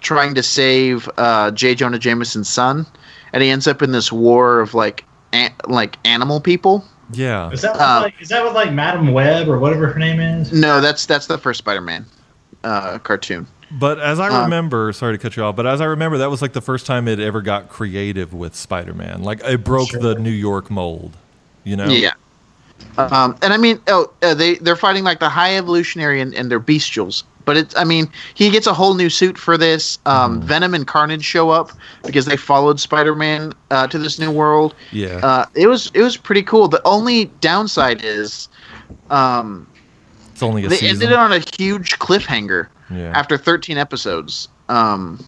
C: trying to save uh, J. Jonah Jameson's son, and he ends up in this war of like an- like animal people.
F: Yeah.
D: Is that with,
C: Uh,
D: like is that with like Madam Web or whatever her name is?
C: No, that's that's the first Spider-Man uh, cartoon.
F: But as I remember, sorry to cut you off, but as I remember, that was like the first time it ever got creative with Spider Man. Like it broke the New York mold, you know?
C: Yeah. Um, and I mean, oh, uh, they they're fighting like the high evolutionary and, and they're bestials. But it's, I mean, he gets a whole new suit for this. Um,
F: Hmm.
C: Venom and Carnage show up because they followed Spider-Man uh, to this new world.
F: Yeah.
C: Uh, it was it was pretty cool. The only downside is um,
F: it's only a
C: they
F: season.
C: ended on a huge cliffhanger
F: Yeah.
C: after 13 episodes. Um,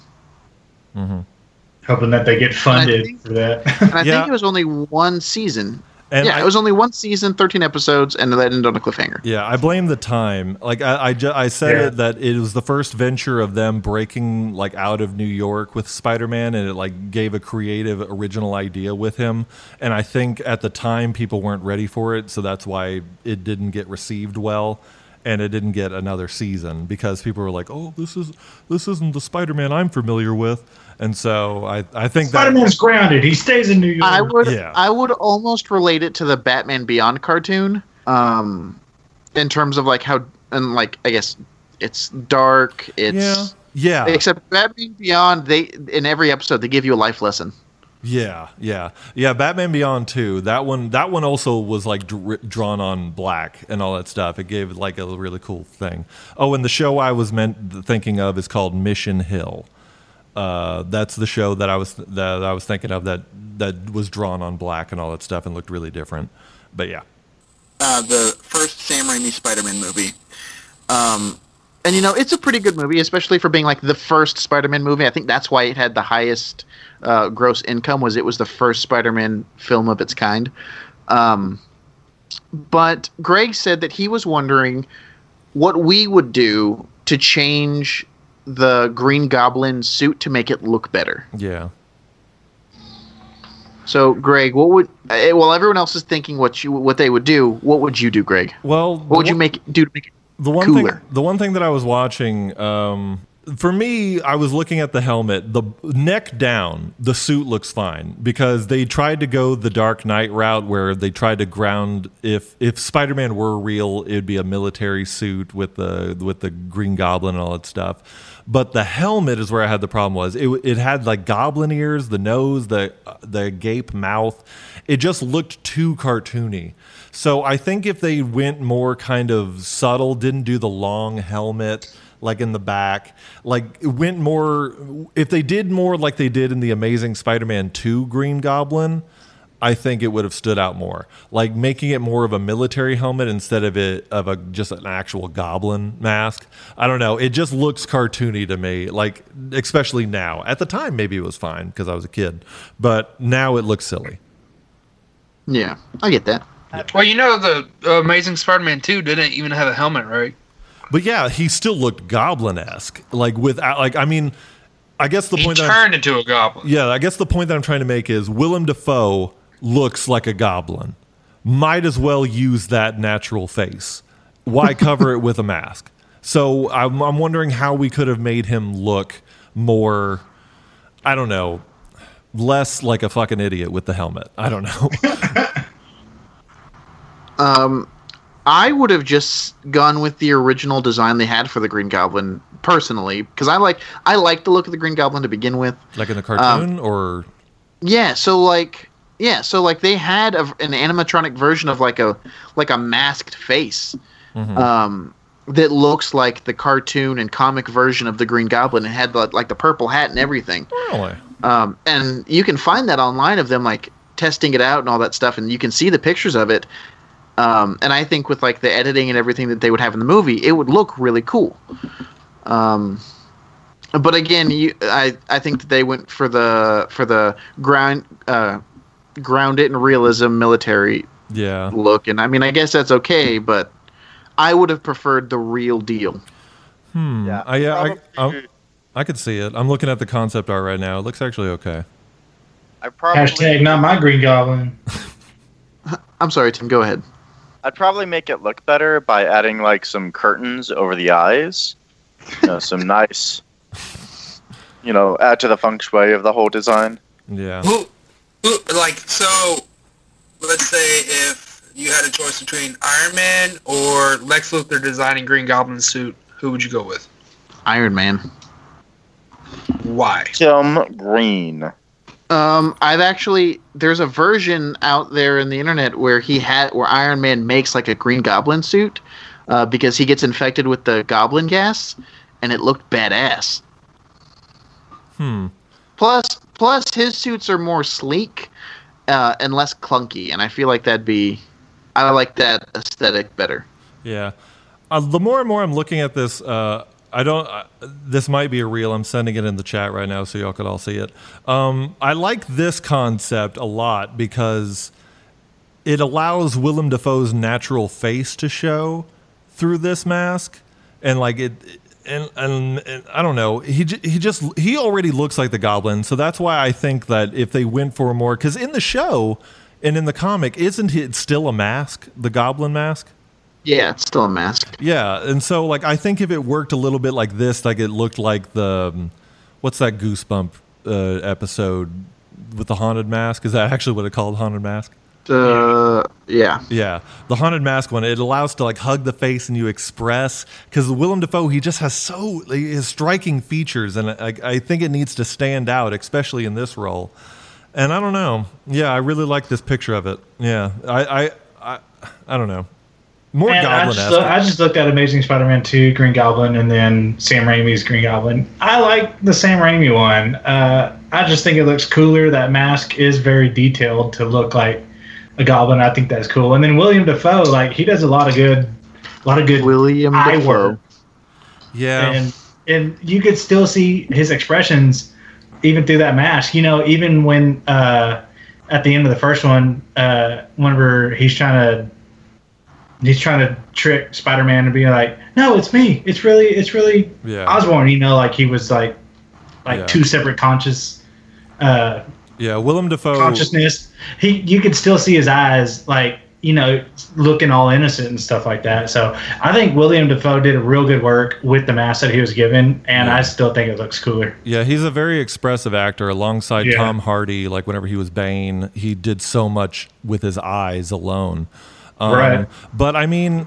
D: Hoping that they get funded
C: think-
D: for that. <laughs>
C: and I
F: Yeah.
C: think it was only one season.
F: and
C: yeah,
F: I-
C: it was only one season, 13 episodes, and that ended on a cliffhanger.
F: Yeah, I blame the time. Like I, I, ju- I said
D: Yeah.
F: it, that it was the first venture of them breaking like out of New York with Spider-Man, and it like gave a creative, original idea with him. And I think at the time people weren't ready for it, so that's why it didn't get received well, and it didn't get another season because people were like, "Oh, this is this isn't the Spider-Man I'm familiar with," and so I, I think
D: Spider
F: that.
D: Man's grounded. He stays in New York.
C: I would
F: Yeah.
C: I would almost relate it to the Batman Beyond cartoon. Um in terms of like how and like I guess it's dark,
F: Yeah,
C: it's
F: yeah.
C: except Batman Beyond they in every episode they give you a life lesson.
F: Yeah, yeah, yeah. Batman Beyond two. That one. That one also was like dr- drawn on black and all that stuff. It gave like a really cool thing. Oh, and the show I was meant thinking of is called Mission Hill. Uh, that's the show that I was that I was thinking of that that was drawn on black and all that stuff and looked really different. But yeah,
H: Uh, the first Sam Raimi Spider-Man movie.
C: And you know, it's a pretty good movie, especially for being like the first Spider-Man movie. I think that's why it had the highest uh, gross income was it was the first Spider-Man film of its kind. Um, but Greg said that he was wondering what we would do to change the Green Goblin suit to make it look better.
F: yeah.
C: So, Greg, what would eh, while everyone else is thinking what you what they would do, what would you do, Greg?
F: Well, the
C: What would you
F: one-
C: make do to make it
F: the one
C: cooler.
F: thing the one thing that I was watching um, for me I was looking at the helmet the neck down the suit looks fine because they tried to go the dark knight route where they tried to ground if if Spider-Man were real it would be a military suit with the with the green goblin and all that stuff but the helmet is where I had the problem was it it had like goblin ears the nose the the gape mouth it just looked too cartoony so I think if they went more kind of subtle, didn't do the long helmet like in the back, like went more if they did more like they did in the Amazing Spider-Man 2 Green Goblin, I think it would have stood out more. Like making it more of a military helmet instead of it of a just an actual goblin mask. I don't know, it just looks cartoony to me, like especially now. At the time maybe it was fine because I was a kid, but now it looks silly.
C: Yeah, I get that.
G: Well, you know the uh, Amazing Spider-Man two didn't even have a helmet, right?
F: But yeah, he still looked goblin esque. Like without, like I mean, I guess the
G: He
F: point. That I'm-
G: turned into a goblin.
F: yeah, I guess the point that I'm trying to make is Willem Dafoe looks like a goblin. Might as well use that natural face. Why cover it with a mask? So I'm, I'm wondering how we could have made him look more. I don't know. Less like a fucking idiot with the helmet. I don't know.
C: I would have just gone with the original design they had for the Green Goblin personally because I like I like the look of the Green Goblin to begin with.
F: like in the cartoon, or
C: Yeah, so like yeah, so like they had a, an animatronic version of like a like a masked face um, that looks like the cartoon and comic version of the Green Goblin. It had the, like the purple hat and everything.
F: Really?
C: Um, and you can find that online of them like testing it out and all that stuff, and you can see the pictures of it. Um, and I think with like the editing and everything that they would have in the movie, it would look really cool. Um, but again, you, I I think that they went for the for the ground uh, ground it in realism military
F: yeah.
C: look, and I mean I guess that's okay, but I would have preferred the real deal.
E: Yeah,
F: hmm. I, yeah, I,
E: probably-
F: I'm- I could see it. I'm looking at the concept art right now. It looks actually okay.
E: I probably
D: Hashtag not my Green Goblin.
C: I'm sorry, Tim. Go ahead.
E: I'd probably make it look better by adding like some curtains over the eyes. You know, some nice, you know, add to the feng shui of the whole design.
F: Yeah.
I: Who, who, like, so, let's say if you had a choice between Iron Man or
G: Or Lex Luthor designing Green Goblin suit. Who would you go with?
C: Iron Man.
G: Why?
E: Kim Green.
C: Um, I've actually there's a version out there in the internet where he had where Iron Man makes like a Green Goblin suit uh, because he gets infected with the Goblin gas, and it looked badass.
F: Hmm.
C: Plus, plus his suits are more sleek uh, and less clunky, and I feel like that'd be I like that aesthetic better.
F: Yeah. Uh, the more and more I'm looking at this, uh, I don't. Uh, this might be a reel. I'm sending it in the chat right now so y'all could all see it. Um, I like this concept a lot because it allows Willem Dafoe's natural face to show through this mask, and like it. And, and, and I don't know. He j- he just he already looks like the Goblin, so that's why I think that if they went for more, because in the show and in the comic, isn't it still a mask, the Goblin mask?
C: Yeah, it's still a mask.
F: Yeah, and so like I think if it worked a little bit like this, like it looked like the um, what's that Goosebump uh, episode with the haunted mask? Is that actually what it called haunted mask?
C: Uh, yeah.
F: Yeah, the haunted mask one. It allows to like hug the face and you express because Willem Dafoe he just has so like, his striking features, and I, I think it needs to stand out, especially in this role. And I don't know. Yeah, I really like this picture of it. Yeah, I I I, I don't know. More
D: Man, I,
F: goblin
D: just loo- I
F: esque.
D: just looked at Amazing Spider-Man 2, Green Goblin, and then Sam Raimi's Green Goblin. I like the Sam Raimi one. Uh, I just think it looks cooler. That mask is very detailed to look like a goblin. I think that's cool. And then William Defoe, like he does a lot of good, a lot of good
C: William
D: eye
C: Dafoe.
D: work.
F: Yeah.
D: and and you could still see his expressions even through that mask. You know, even when uh, at the end of the first one, uh, whenever he's trying to he's trying to trick Spider-Man to be like, "No, it's me. It's really, it's really
F: Yeah.
D: Osborn." You know, like he was like like
F: Yeah.
D: two separate conscious. Uh,
F: Yeah, Willem Dafoe.
D: consciousness. He, you could still see his eyes, like you know, looking all innocent and stuff like that. So I think William Defoe did a real good work with the mask that he was given, and I still think it looks cooler.
F: Yeah, he's a very expressive actor. Alongside
D: Yeah.
F: Tom Hardy, like whenever he was Bane, he did so much with his eyes alone. Um,
D: Right.
F: But I mean,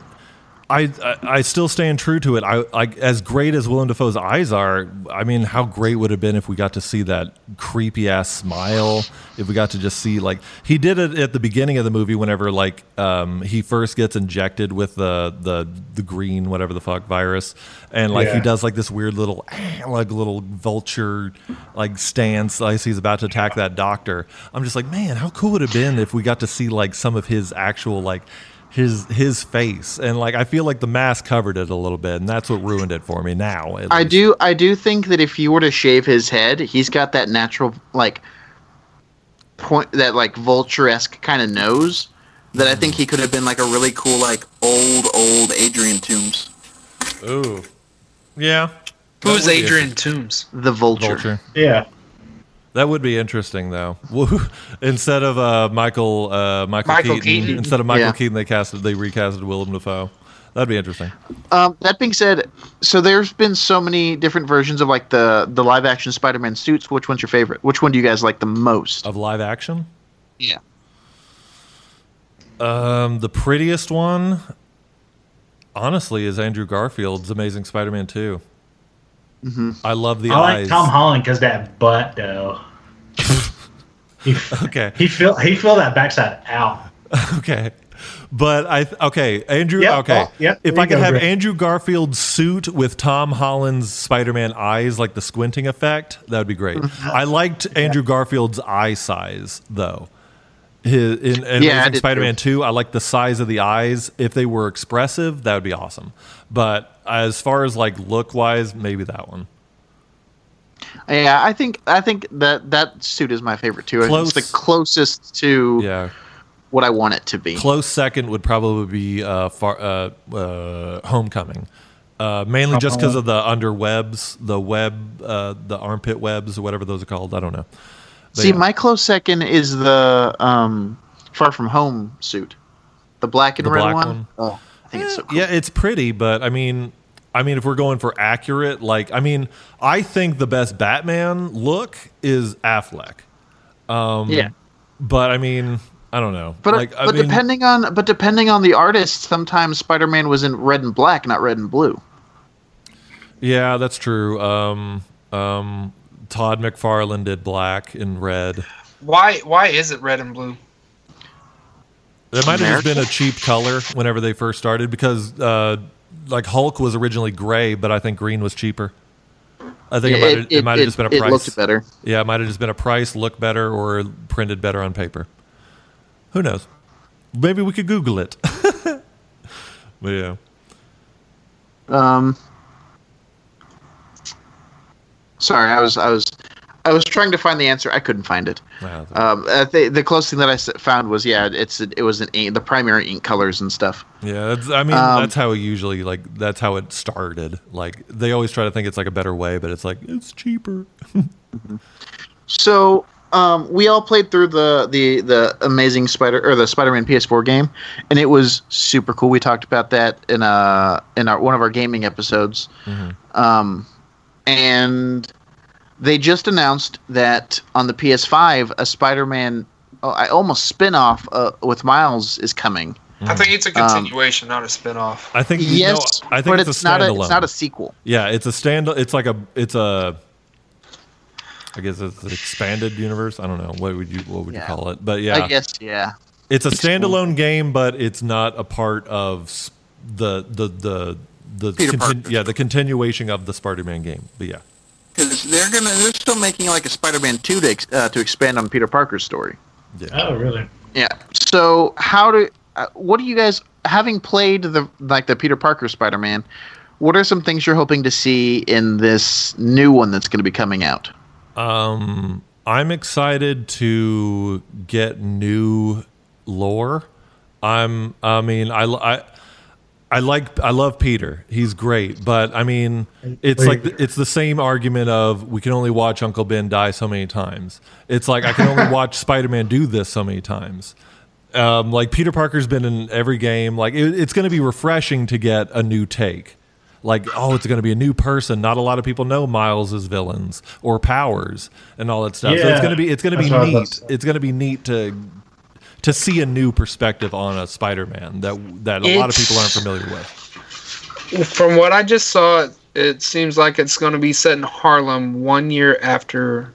F: I, I I still stand true to it. I like as great as Willem Dafoe's eyes are. I mean, how great would it have been if we got to see that creepy ass smile? If we got to just see like he did it at the beginning of the movie, whenever like um, he first gets injected with the the the green whatever the fuck virus, and like he
D: Yeah.
F: does like this weird little <clears throat> like little vulture like stance like he's about to attack that doctor. I'm just like, man, how cool would it have been if we got to see like some of his actual like his his face and like I feel like the mask covered it a little bit and that's what ruined it for me now. at
C: I
F: least.
C: do I do think that if you were to shave his head, he's got that natural like point that like vulture esque kind of nose that I think he could have been like a really cool like old old Adrian Toombs
F: Ooh. Yeah.
G: Who's
F: would be
G: Adrian Toombs?
C: the vulture.
F: Vulture.
D: Yeah,
F: That would be interesting though. Woo. instead of uh, Michael uh, Michael,
G: Michael
F: Keaton,
G: Keaton.
F: instead of Michael
C: Yeah.
F: Keaton they casted they recasted Willem Dafoe. That'd be interesting.
C: Um, that being said, so there's been so many different versions of like the the live action Spider Man suits. Which one's your favorite? Which one do you guys like the most?
F: Of live action?
C: Yeah.
F: Um, the prettiest one, honestly, is Andrew Garfield's Amazing Spider-Man 2. I love the
D: Mm-hmm. I like
F: eyes.
D: Tom Holland because that butt though. he,
F: Okay.
D: he feel he feel that backside out.
F: okay. But I th- okay, Andrew.
D: Yep,
F: okay,
D: oh, yep,
F: if
D: there
F: I
D: you
F: could
D: go,
F: have
D: Greg.
F: Andrew Garfield's suit with Tom Holland's Spider-Man eyes, like the squinting effect, that would be great.
D: Mm-hmm.
F: I liked Andrew Garfield's eye size though. His, in, in
C: Yeah, I
F: Amazing
C: did
F: Spider-Man Two, I like the size of the eyes. If they were expressive, that would be awesome. But as far as like look-wise, maybe that one.
C: Yeah, I think I think that that suit is my favorite too.
F: Close.
C: It's the closest to
F: Yeah,
C: what I want it to be.
F: close second would probably be uh, far, uh, uh, Homecoming, uh, mainly just because of the underwebs, the web, uh, the armpit webs, or whatever those are called. I don't know. But
C: See,
F: yeah.
C: my close second is the um, Far From Home suit, the black and
F: The
C: red
F: black
C: one.
F: one?
C: Oh, I think it's so cool.
F: yeah, it's pretty, but I mean, I mean, if we're going for accurate, like, I mean, I think the best Batman look is Affleck,
C: yeah.
F: but I mean, I don't know.
C: But
F: Um,
C: uh,
F: like, I
C: but
F: mean,
C: depending on but depending on the artist, sometimes Spider Man was in red and black, not red and blue.
F: Yeah, that's true. Um, um, Todd McFarlane did black and red.
G: Why why is it red and blue?
F: That might have just been a cheap color whenever they first started because uh, like Hulk was originally gray, but I think green was cheaper. I think it, might have- it, might have just been a
C: It
F: price.
C: looked better.
F: Yeah, it might have just been a price, look better, or printed better on paper. Who knows? Maybe we could Google it. <laughs> but yeah.
C: Um, sorry, I was I was I was trying to find the answer. I couldn't find it.
F: Wow, that-
C: Um, I thi- the closest thing that I s- found was yeah, it's it was an ink, the primary ink colors and stuff.
F: Yeah, that's, I mean
C: Um,
F: that's how it usually like that's how it started. Like they always try to think it's like a better way, but it's like it's cheaper.
C: So um, we all played through the the the Amazing Spider or the Spider-Man PS4 game, and it was super cool. We talked about that in uh in our one of our gaming episodes,
F: Mm-hmm.
C: um, and they just announced that on the PS5 a Spider-Man, oh, I almost spin-off uh, with Miles is coming.
G: I think it's a continuation, not a spin-off.
F: I think
C: Yes,
F: no, I think
C: but
F: it's,
C: it's,
F: a
C: not
F: standalone.
C: a it's not a sequel.
F: yeah, it's a stand. It's like a it's a. I guess it's an expanded universe. I don't know what would you what would you
C: Yeah.
F: call it, but yeah,
C: I guess yeah.
F: it's a standalone game, but it's not a part of s- the the the the
H: Peter Parker.
F: yeah the continuation of the Spider-Man game. But yeah,
H: because they're gonna they're still making like a Spider-Man two to ex-
C: Uh, to expand on Peter Parker's story.
D: Oh, really?
C: Yeah. So how do uh, what do you guys having played the like the Peter Parker Spider-Man? What are some things you're hoping to see in this new one that's going to be coming out?
F: Um, I'm excited to get new lore. I'm. I mean, I. li- I I like I love Peter. He's great, but I mean, it's like the, it's the same argument of we can only watch Uncle Ben die so many times. It's like I can only watch Spider-Man do this so many times. Um, like Peter Parker's been in every game. Like it, it's going to be refreshing to get a new take. Like oh, it's going to be a new person. Not a lot of people know Miles' villains or powers and all that stuff. So it's
D: Yeah.
F: going to be it's going to be
D: That's what I was about to
F: neat.
D: say.
F: It's going to be neat to to see a new perspective on a Spider-Man that that a lot of people aren't familiar with.
G: From what I just saw, it- it seems like it's going to be set in Harlem one year after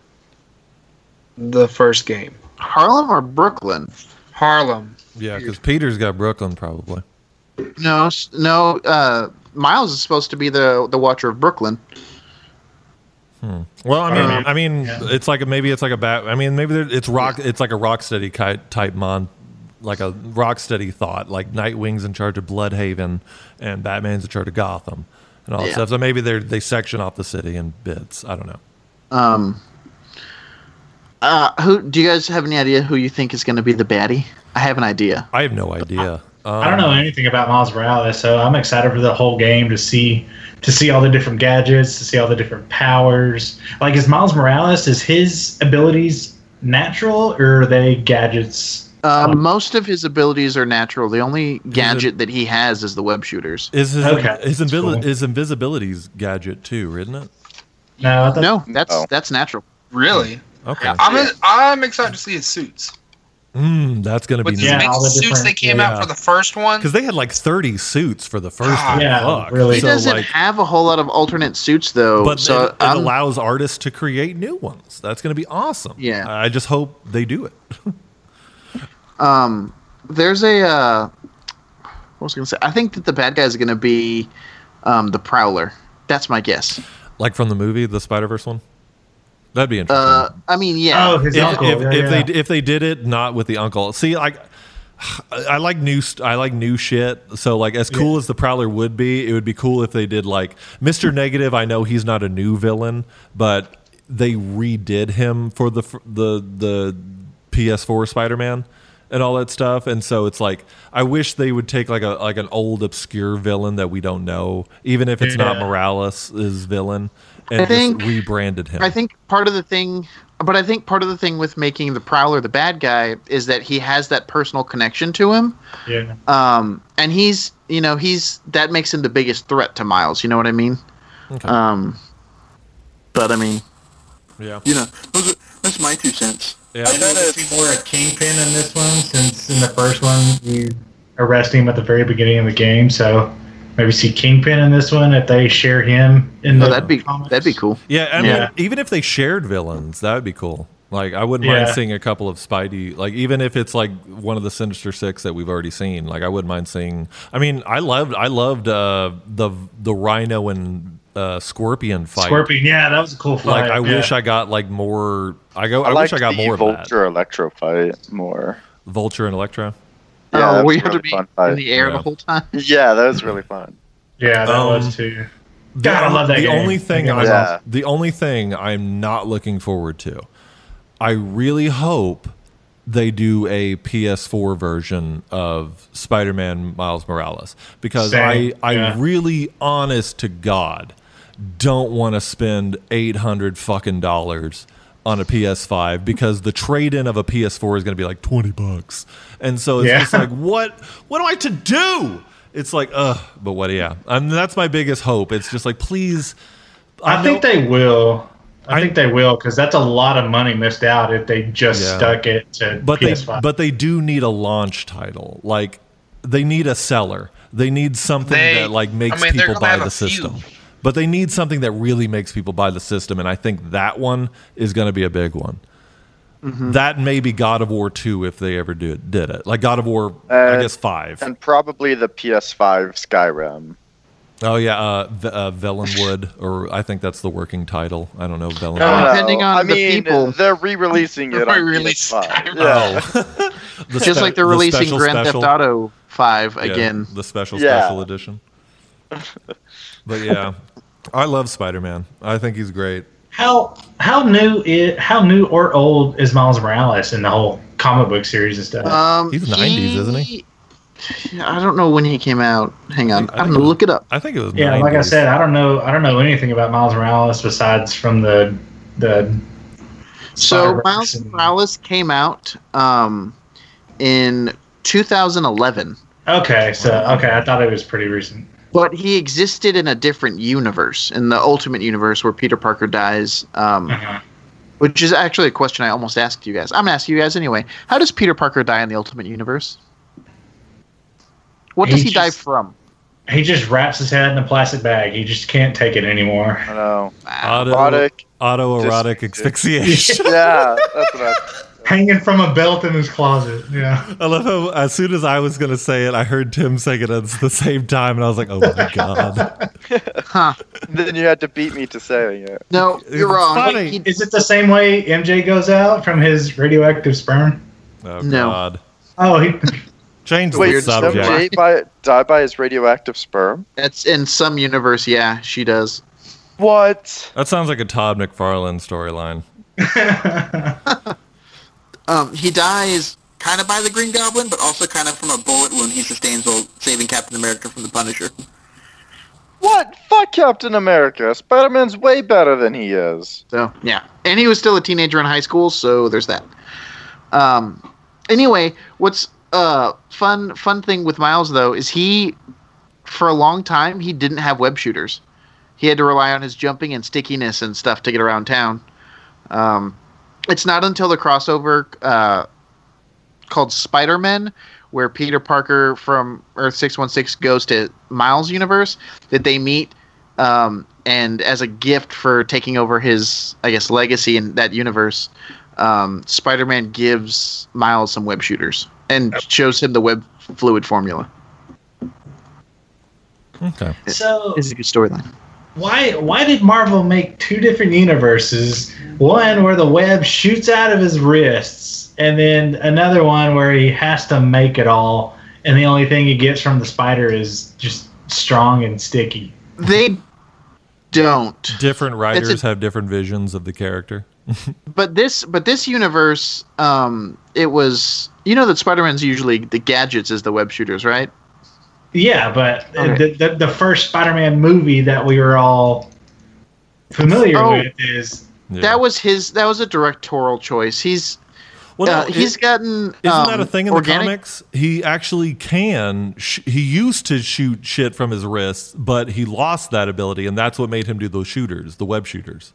G: the first game.
C: Harlem or Brooklyn?
G: Harlem.
F: Yeah, because Peter's got Brooklyn probably.
C: No, s- no. Uh, Miles is supposed to be the the Watcher of Brooklyn.
F: Well, I mean,
D: Um,
F: I mean,
D: yeah.
F: it's like a, maybe it's like a bat. I mean, maybe there, it's rock. It's like a rock steady type mon, like a rock steady thought. Like Nightwing's in charge of Bloodhaven, and Batman's in charge of Gotham, and all that
C: Yeah.
F: stuff. So maybe they they section off the city in bits. I don't know.
C: Um, uh, who do you guys have any idea who you think is going to be the baddie? I have an idea.
F: I have no idea. Um,
D: I don't know anything about Miles Morales, so I'm excited for the whole game to see to see all the different gadgets, to see all the different powers. Like, is Miles Morales is his abilities natural or are they gadgets?
C: Uh, most of his abilities are natural. The only gadget that he has is the web shooters.
F: Is his,
D: Okay,
F: his,
D: that's
F: invi-
D: cool.
F: his invisibility's gadget too, isn't it?
D: No, I thought,
C: No, that's
E: No.
C: that's natural.
G: Really?
F: Okay.
G: I'm I'm excited to see his suits.
F: Mm, that's gonna be
G: With
F: neat.
G: these
D: Yeah,
G: big
D: all the
G: suits
D: different-
G: they came
F: yeah.
G: out for the first one.
F: because they had like 30 suits for the first
G: Ah,
F: one.
D: yeah,
F: Fuck.
D: really.
C: He
F: So,
C: doesn't
F: like,
C: have a whole lot of alternate suits though.
F: but
C: Oh, so
F: it, it
C: I'm-
F: allows artists to create new ones. That's going to be awesome.
C: Yeah.
F: I just hope they do it. <laughs>
C: um, there's a uh, what was I gonna say? I think that the bad guy is gonna be um, the Prowler. That's my guess.
F: Like from the movie, the Spider Verse one. That'd be interesting.
C: Uh, I mean, yeah.
D: Oh, his
F: if,
D: uncle.
F: if,
D: yeah,
F: if
D: yeah.
F: they if they did it not with the uncle, see, like I like new st- I like new shit. So like as cool as the Prowler would be, it would be cool if they did like Mister Negative. I know he's not a new villain, but they redid him for the f- the the PS4 Spider Man and all that stuff. And so it's like I wish they would take like a like an old obscure villain that we don't know, even if it's not
D: Yeah.
F: Morales' villain,
C: I
F: and
C: think-
F: just rebranded him.
C: I think part of the thing, but I think part of the thing with making the Prowler the bad guy is that he has that personal connection to him.
D: yeah.
C: Um, and he's, you know, he's that makes him the biggest threat to Miles. You know what I mean?
F: Okay.
C: Um, but I mean,
F: yeah.
H: you know those are, that's my two cents.
F: Yeah.
H: I thought
J: Is
H: it-
J: he more a kingpin in this one since in the first one you
D: Arrest him at the very beginning of the game, so Maybe see Kingpin in this one if they share him in the.
C: Oh, that'd be
D: comics.
C: that'd be cool.
F: Yeah,
D: Yeah.
F: I mean, even if they shared villains, that would be cool. Like, I wouldn't mind
D: Yeah.
F: seeing a couple of Spidey. Like, even if it's like one of the Sinister Six that we've already seen. Like, I wouldn't mind seeing. I mean, I loved, I loved uh, the the Rhino and uh, Scorpion fight.
D: Scorpion, yeah, that was a cool fight.
F: Like, I
D: yeah.
F: wish I got like more. I go. I,
E: liked
F: wish I got
E: the
F: more of that.
E: Vulture Electro fight more.
F: Vulture and Electra.
E: Yeah,
C: oh, we
E: that
C: have
E: was
C: to
E: a really
C: be
E: fun
C: in
E: fight.
C: the air
F: Yeah.
C: the whole time.
E: Yeah, that was really fun.
D: Yeah, that
F: Um,
D: was too.
F: The
D: God, I
F: on-
D: love that
F: The
D: game.
F: only thing
D: That
F: I'm
D: game's
E: awesome.
F: the only thing I'm not looking forward to. I really hope they do a PS4 version of Spider-Man Miles Morales because
D: Same,
F: I I
D: yeah.
F: really honest to God don't want to spend 800 fucking dollars on a PS5 because the trade-in of a PS4 is going to be like 20 bucks. And so it's
D: Yeah.
F: just like what what am I to do? It's like ugh, but what yeah. And that's my biggest hope. It's just like please
D: I,
F: know-
D: think they will. I,
F: I-
D: think they will because that's a lot of money missed out if they just
F: Yeah.
D: stuck it to
F: but
D: PS5.
F: they but they do need a launch title. Like they need a seller. They need something
I: They-
F: that like makes
I: I mean, they're
F: people
I: gonna
F: buy
I: have
F: the
I: a few.
F: system. But they need something that really makes people buy the system, and I think that one is going to be a big one.
E: Mm-hmm.
F: That may be God of War two if they ever do did it. Like God of War, I
E: Uh,
F: guess five.
E: And probably the PS5 Skyrim.
F: oh yeah, uh, v- uh, Vellenwood, or I think that's the working title. I don't know Vellenwood.
E: I don't
C: Uh, Depending
E: know.
C: on
E: I
C: the
E: mean,
C: people. <laughs>
E: they're re-releasing it on
I: Re-release
E: PS5.
I: Skyrim.
E: Yeah.
F: The
C: Just
F: spe-
C: like they're
F: the
C: releasing
F: special
C: Grand
F: special.
C: Theft Auto Five
F: Yeah,
C: again.
F: the special
E: Yeah.
F: special edition. but yeah, I love Spider Man. I think he's great.
D: how how new is how new or old is Miles Morales in the whole comic book series and stuff?
C: Um,
F: He's 90s, isn't he?
C: I don't know when he came out. Hang on,
F: I
C: I'm
F: think
C: gonna
F: it was-
C: look it up.
F: I think it was
D: yeah, like I
F: 90s.
D: said, I don't know. I don't know anything about Miles Morales besides from the the.
C: So
D: Spider-Verse
C: Miles
D: and-
C: Morales came out um, in 2011,
D: Okay, so okay, I thought it was pretty recent.
C: but he existed in a different universe, in the Ultimate Universe where Peter Parker dies. Um,
D: Uh-huh.
C: Which is actually a question I almost asked you guys. I'm gonna ask you guys anyway. How does Peter Parker die in the Ultimate Universe? What does
D: He
C: he die
D: just-
C: from?
D: He just wraps his head in a plastic bag. He just can't take it anymore.
E: I
F: Oh.
E: don't know.
F: Auto,
E: Erotic.
F: autoerotic asphyxiation.
E: Yeah, that's what I.
D: Hanging from a belt in his closet. Yeah.
F: I love how as soon as I was going to say it, I heard Tim saying it at the same time, and I was like, "Oh my god!"
C: Huh?
E: Then you had to beat me to saying it.
C: No, you're
F: It's
C: wrong.
F: funny.
C: He-
D: Is it the same way MJ goes out from his radioactive sperm?
F: Oh
C: No.
F: god!
D: Oh, he,
F: Change the
E: Wait,
F: subject.
E: Jay by, die by his radioactive sperm?
C: That's in some universe. Yeah, she does.
E: What?
F: That sounds like a Todd McFarlane storyline.
H: Um, he dies kind of by the Green Goblin, but also kind of from a bullet wound he sustains while saving Captain America from the Punisher.
E: What? Fuck Captain America. Spider Man's way better than he is.
C: So yeah, and he was still a teenager in high school, so there's that. Um, anyway, what's uh fun fun thing with Miles though is he, for a long time, he didn't have web shooters. He had to rely on his jumping and stickiness and stuff to get around town. Um, it's not until the crossover uh, called Spider Man, where Peter Parker from Earth six one six goes to Miles' universe, that they meet um, and as a gift for taking over his, I guess, legacy in that universe, um, Spider-Man gives Miles some web shooters and shows him the web fluid formula.
F: Okay.
D: so
C: It's a good storyline.
D: why why did Marvel make two different universes? One where the web shoots out of his wrists, and then another one where he has to make it all, and the only thing he gets from the spider is just strong and sticky.
C: They don't.
F: Different writers
C: a-
F: have different visions of the character.
C: But this, but this universe, um, it was. You know that Spider-Man's usually the gadgets is the web shooters, right?
D: Yeah, but uh
C: Okay.
D: the, the the first Spider-Man movie that we were all familiar
C: Oh.
D: with is
F: Yeah.
C: That was his. That was a directorial choice. He's
F: Well, no,
C: uh,
F: it-
C: he's gotten.
F: Isn't
C: um,
F: that a thing in
C: organic-
F: the comics? He actually can. Sh- he used to shoot shit from his wrists, but he lost that ability, and that's what made him do those shooters, the web shooters.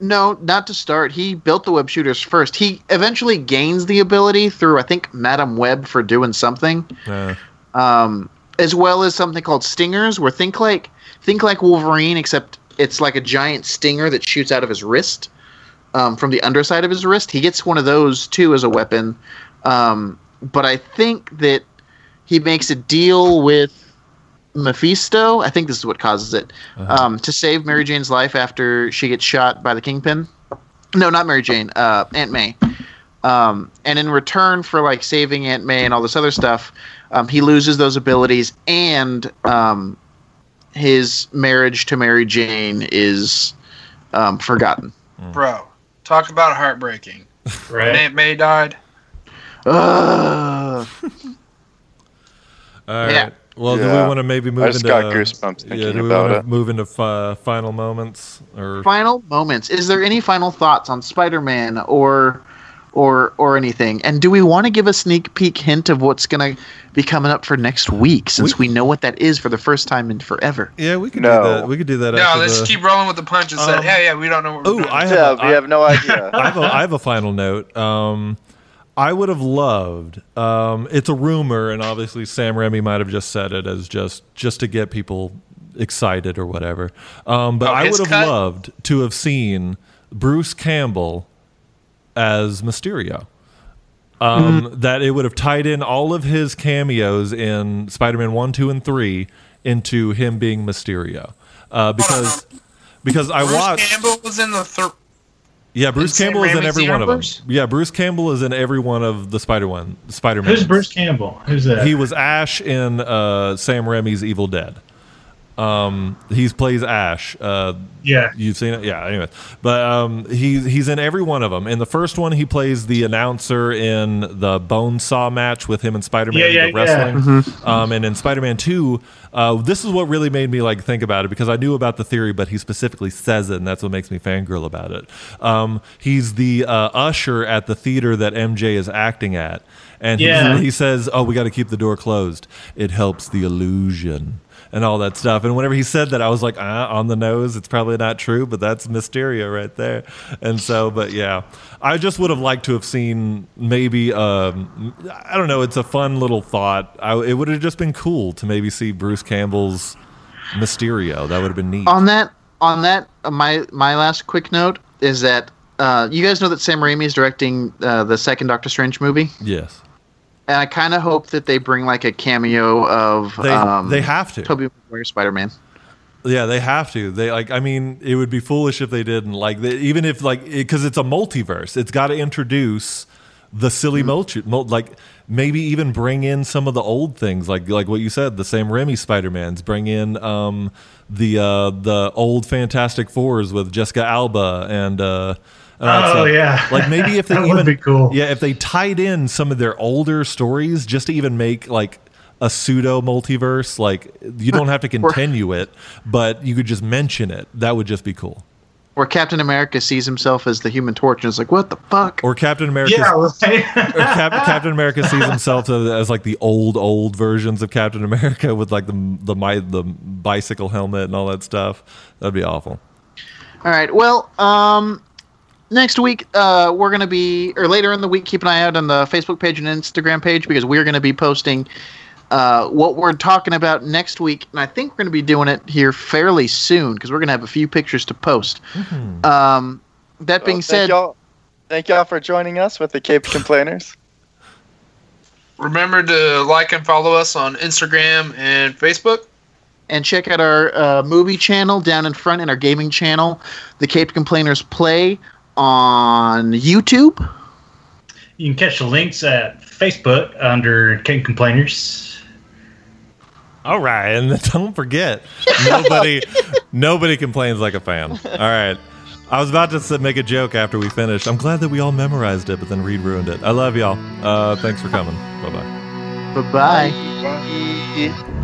C: No, not to start. He built the web shooters first. He eventually gains the ability through, I think, Madam Web for doing something.
F: Uh,
C: Um, as well as something called stingers, where think like think like Wolverine, except it's like a giant stinger that shoots out of his wrist um, from the underside of his wrist. He gets one of those too as a weapon, um, but I think that he makes a deal with Mephisto. I think this is what causes it um, to save Mary Jane's life after she gets shot by the Kingpin. No, not Mary Jane. Uh, Aunt May. Um, and in return for like saving Aunt May and all this other stuff, um, he loses those abilities, and um, his marriage to Mary Jane is um, forgotten.
I: Bro, talk about heartbreaking.
D: right?
I: Aunt May died.
C: Ugh.
F: All right.
C: Yeah.
F: Well, do
E: Yeah.
F: we want to maybe move
E: I just
F: into
E: got goosebumps
F: yeah,
E: thinking
F: do we
E: about
F: wanna
E: it.
F: move into fi- final moments or
C: final moments. Is there any final thoughts on Spider-Man or or or anything? And do we want to give a sneak peek hint of what's going to be coming up for next week since we know what that is for the first time in forever?
F: Yeah, we could
E: No.
F: do that. We could do that
I: No,
F: after
I: let's
F: the
I: keep rolling with the punches.
F: Um,
I: that, yeah, yeah, we don't know what we're
F: Ooh,
I: doing.
F: I have
E: Yeah,
F: a-
E: we have no
F: <laughs>
E: idea.
F: I have a, I have a final note. Um, I would have loved. Um, it's a rumor, and obviously Sam Raimi might have just said it as just just to get people excited or whatever. Um, but
I: Oh,
F: I
I: his
F: would have
I: cut?
F: loved to have seen Bruce Campbell as Mysterio. Um,
I: Hmm.
F: That it would have tied in all of his cameos in Spider-Man one, two, and three into him being Mysterio. Uh, because because I
I: Bruce
F: watched
I: Campbell was in the third.
F: yeah, Bruce
I: Sam
F: Campbell is in
I: Raimi's
F: every one of them.
I: universe?
F: Yeah, Bruce Campbell is in every one of the Spider One Spider Man.
D: Who's Bruce Campbell? Who's that?
F: He was Ash in uh, Sam Raimi's Evil Dead. Um, he plays Ash. Uh,
D: yeah.
F: you've seen it, yeah. Anyway, but um, he's he's in every one of them. In the first one, he plays the announcer in the bone saw match with him and Spider Man
D: Yeah, yeah,
F: the
D: yeah.
F: wrestling. Um, and in Spider Man Two, uh, this is what really made me like think about it because I knew about the theory, but he specifically says it, and that's what makes me fangirl about it. Um, he's the uh, usher at the theater that MJ is acting at, and he-
D: Yeah.
F: he, says, "Oh, we got to keep the door closed. It helps the illusion." And all that stuff. And whenever he said that, I was like, ah, on the nose, it's probably not true, but that's Mysterio right there. And so, but yeah, I just would have liked to have seen maybe, um, I don't know, it's a fun little thought. I, it would have just been cool to maybe see Bruce Campbell's Mysterio. That would have been neat.
C: On that on that uh, my my last quick note is that uh, you guys know that Sam Raimi is directing uh, the second Doctor Strange movie,
F: yes.
C: and I kind of hope that they bring like a cameo of
F: They,
C: um,
F: they have to.
C: Tobey Maguire Spider-Man.
F: Yeah, they have to. They like. I mean, it would be foolish if they didn't. Like, they, even if like, because it's a multiverse, it's got to introduce the silly
D: Mm-hmm.
F: multi, mul- like maybe even bring in some of the old things, like like what you said, the same Remy Spider Mans. Bring in um the uh the old Fantastic Fours with Jessica Alba and. uh and all that
D: Oh,
F: stuff.
D: yeah.
F: like
D: <laughs>
F: maybe if they
D: That would
F: even
D: be cool.
F: yeah if they tied in some of their older stories just to even make like a pseudo multiverse like you don't have
D: <laughs>
F: to continue it but you could just mention it that would just be cool
C: Where Captain America sees himself as the Human Torch and is like, "What the fuck?"
F: or captain america
D: Yeah, right. <laughs>
F: or Cap- captain america sees himself as, as like the old old versions of captain america with like the the my, the bicycle helmet and all that stuff that'd be awful
C: All right. Well, um, next week uh, we're going to be, or later in the week, keep an eye out on the Facebook page and Instagram page because we're going to be posting uh, what we're talking about next week, and I think we're going to be doing it here fairly soon because we're going to have a few pictures to post. Um, that being
E: Well,
C: said,
E: Uh, thank y'all, thank y'all for joining us with the Cape Complainers.
I: Remember to like and follow us on Instagram and Facebook.
C: and check out our uh, movie channel down in front and our gaming channel, the Cape Complainers Play on YouTube.
D: You can catch the links at Facebook under King Complainers.
F: all right and <laughs> then don't forget nobody nobody complains like a fan all right i was about to s- make a joke after we finished i'm glad that we all memorized it but then reed ruined it i love y'all uh, thanks for coming bye-bye
C: Bye bye.
E: Bye.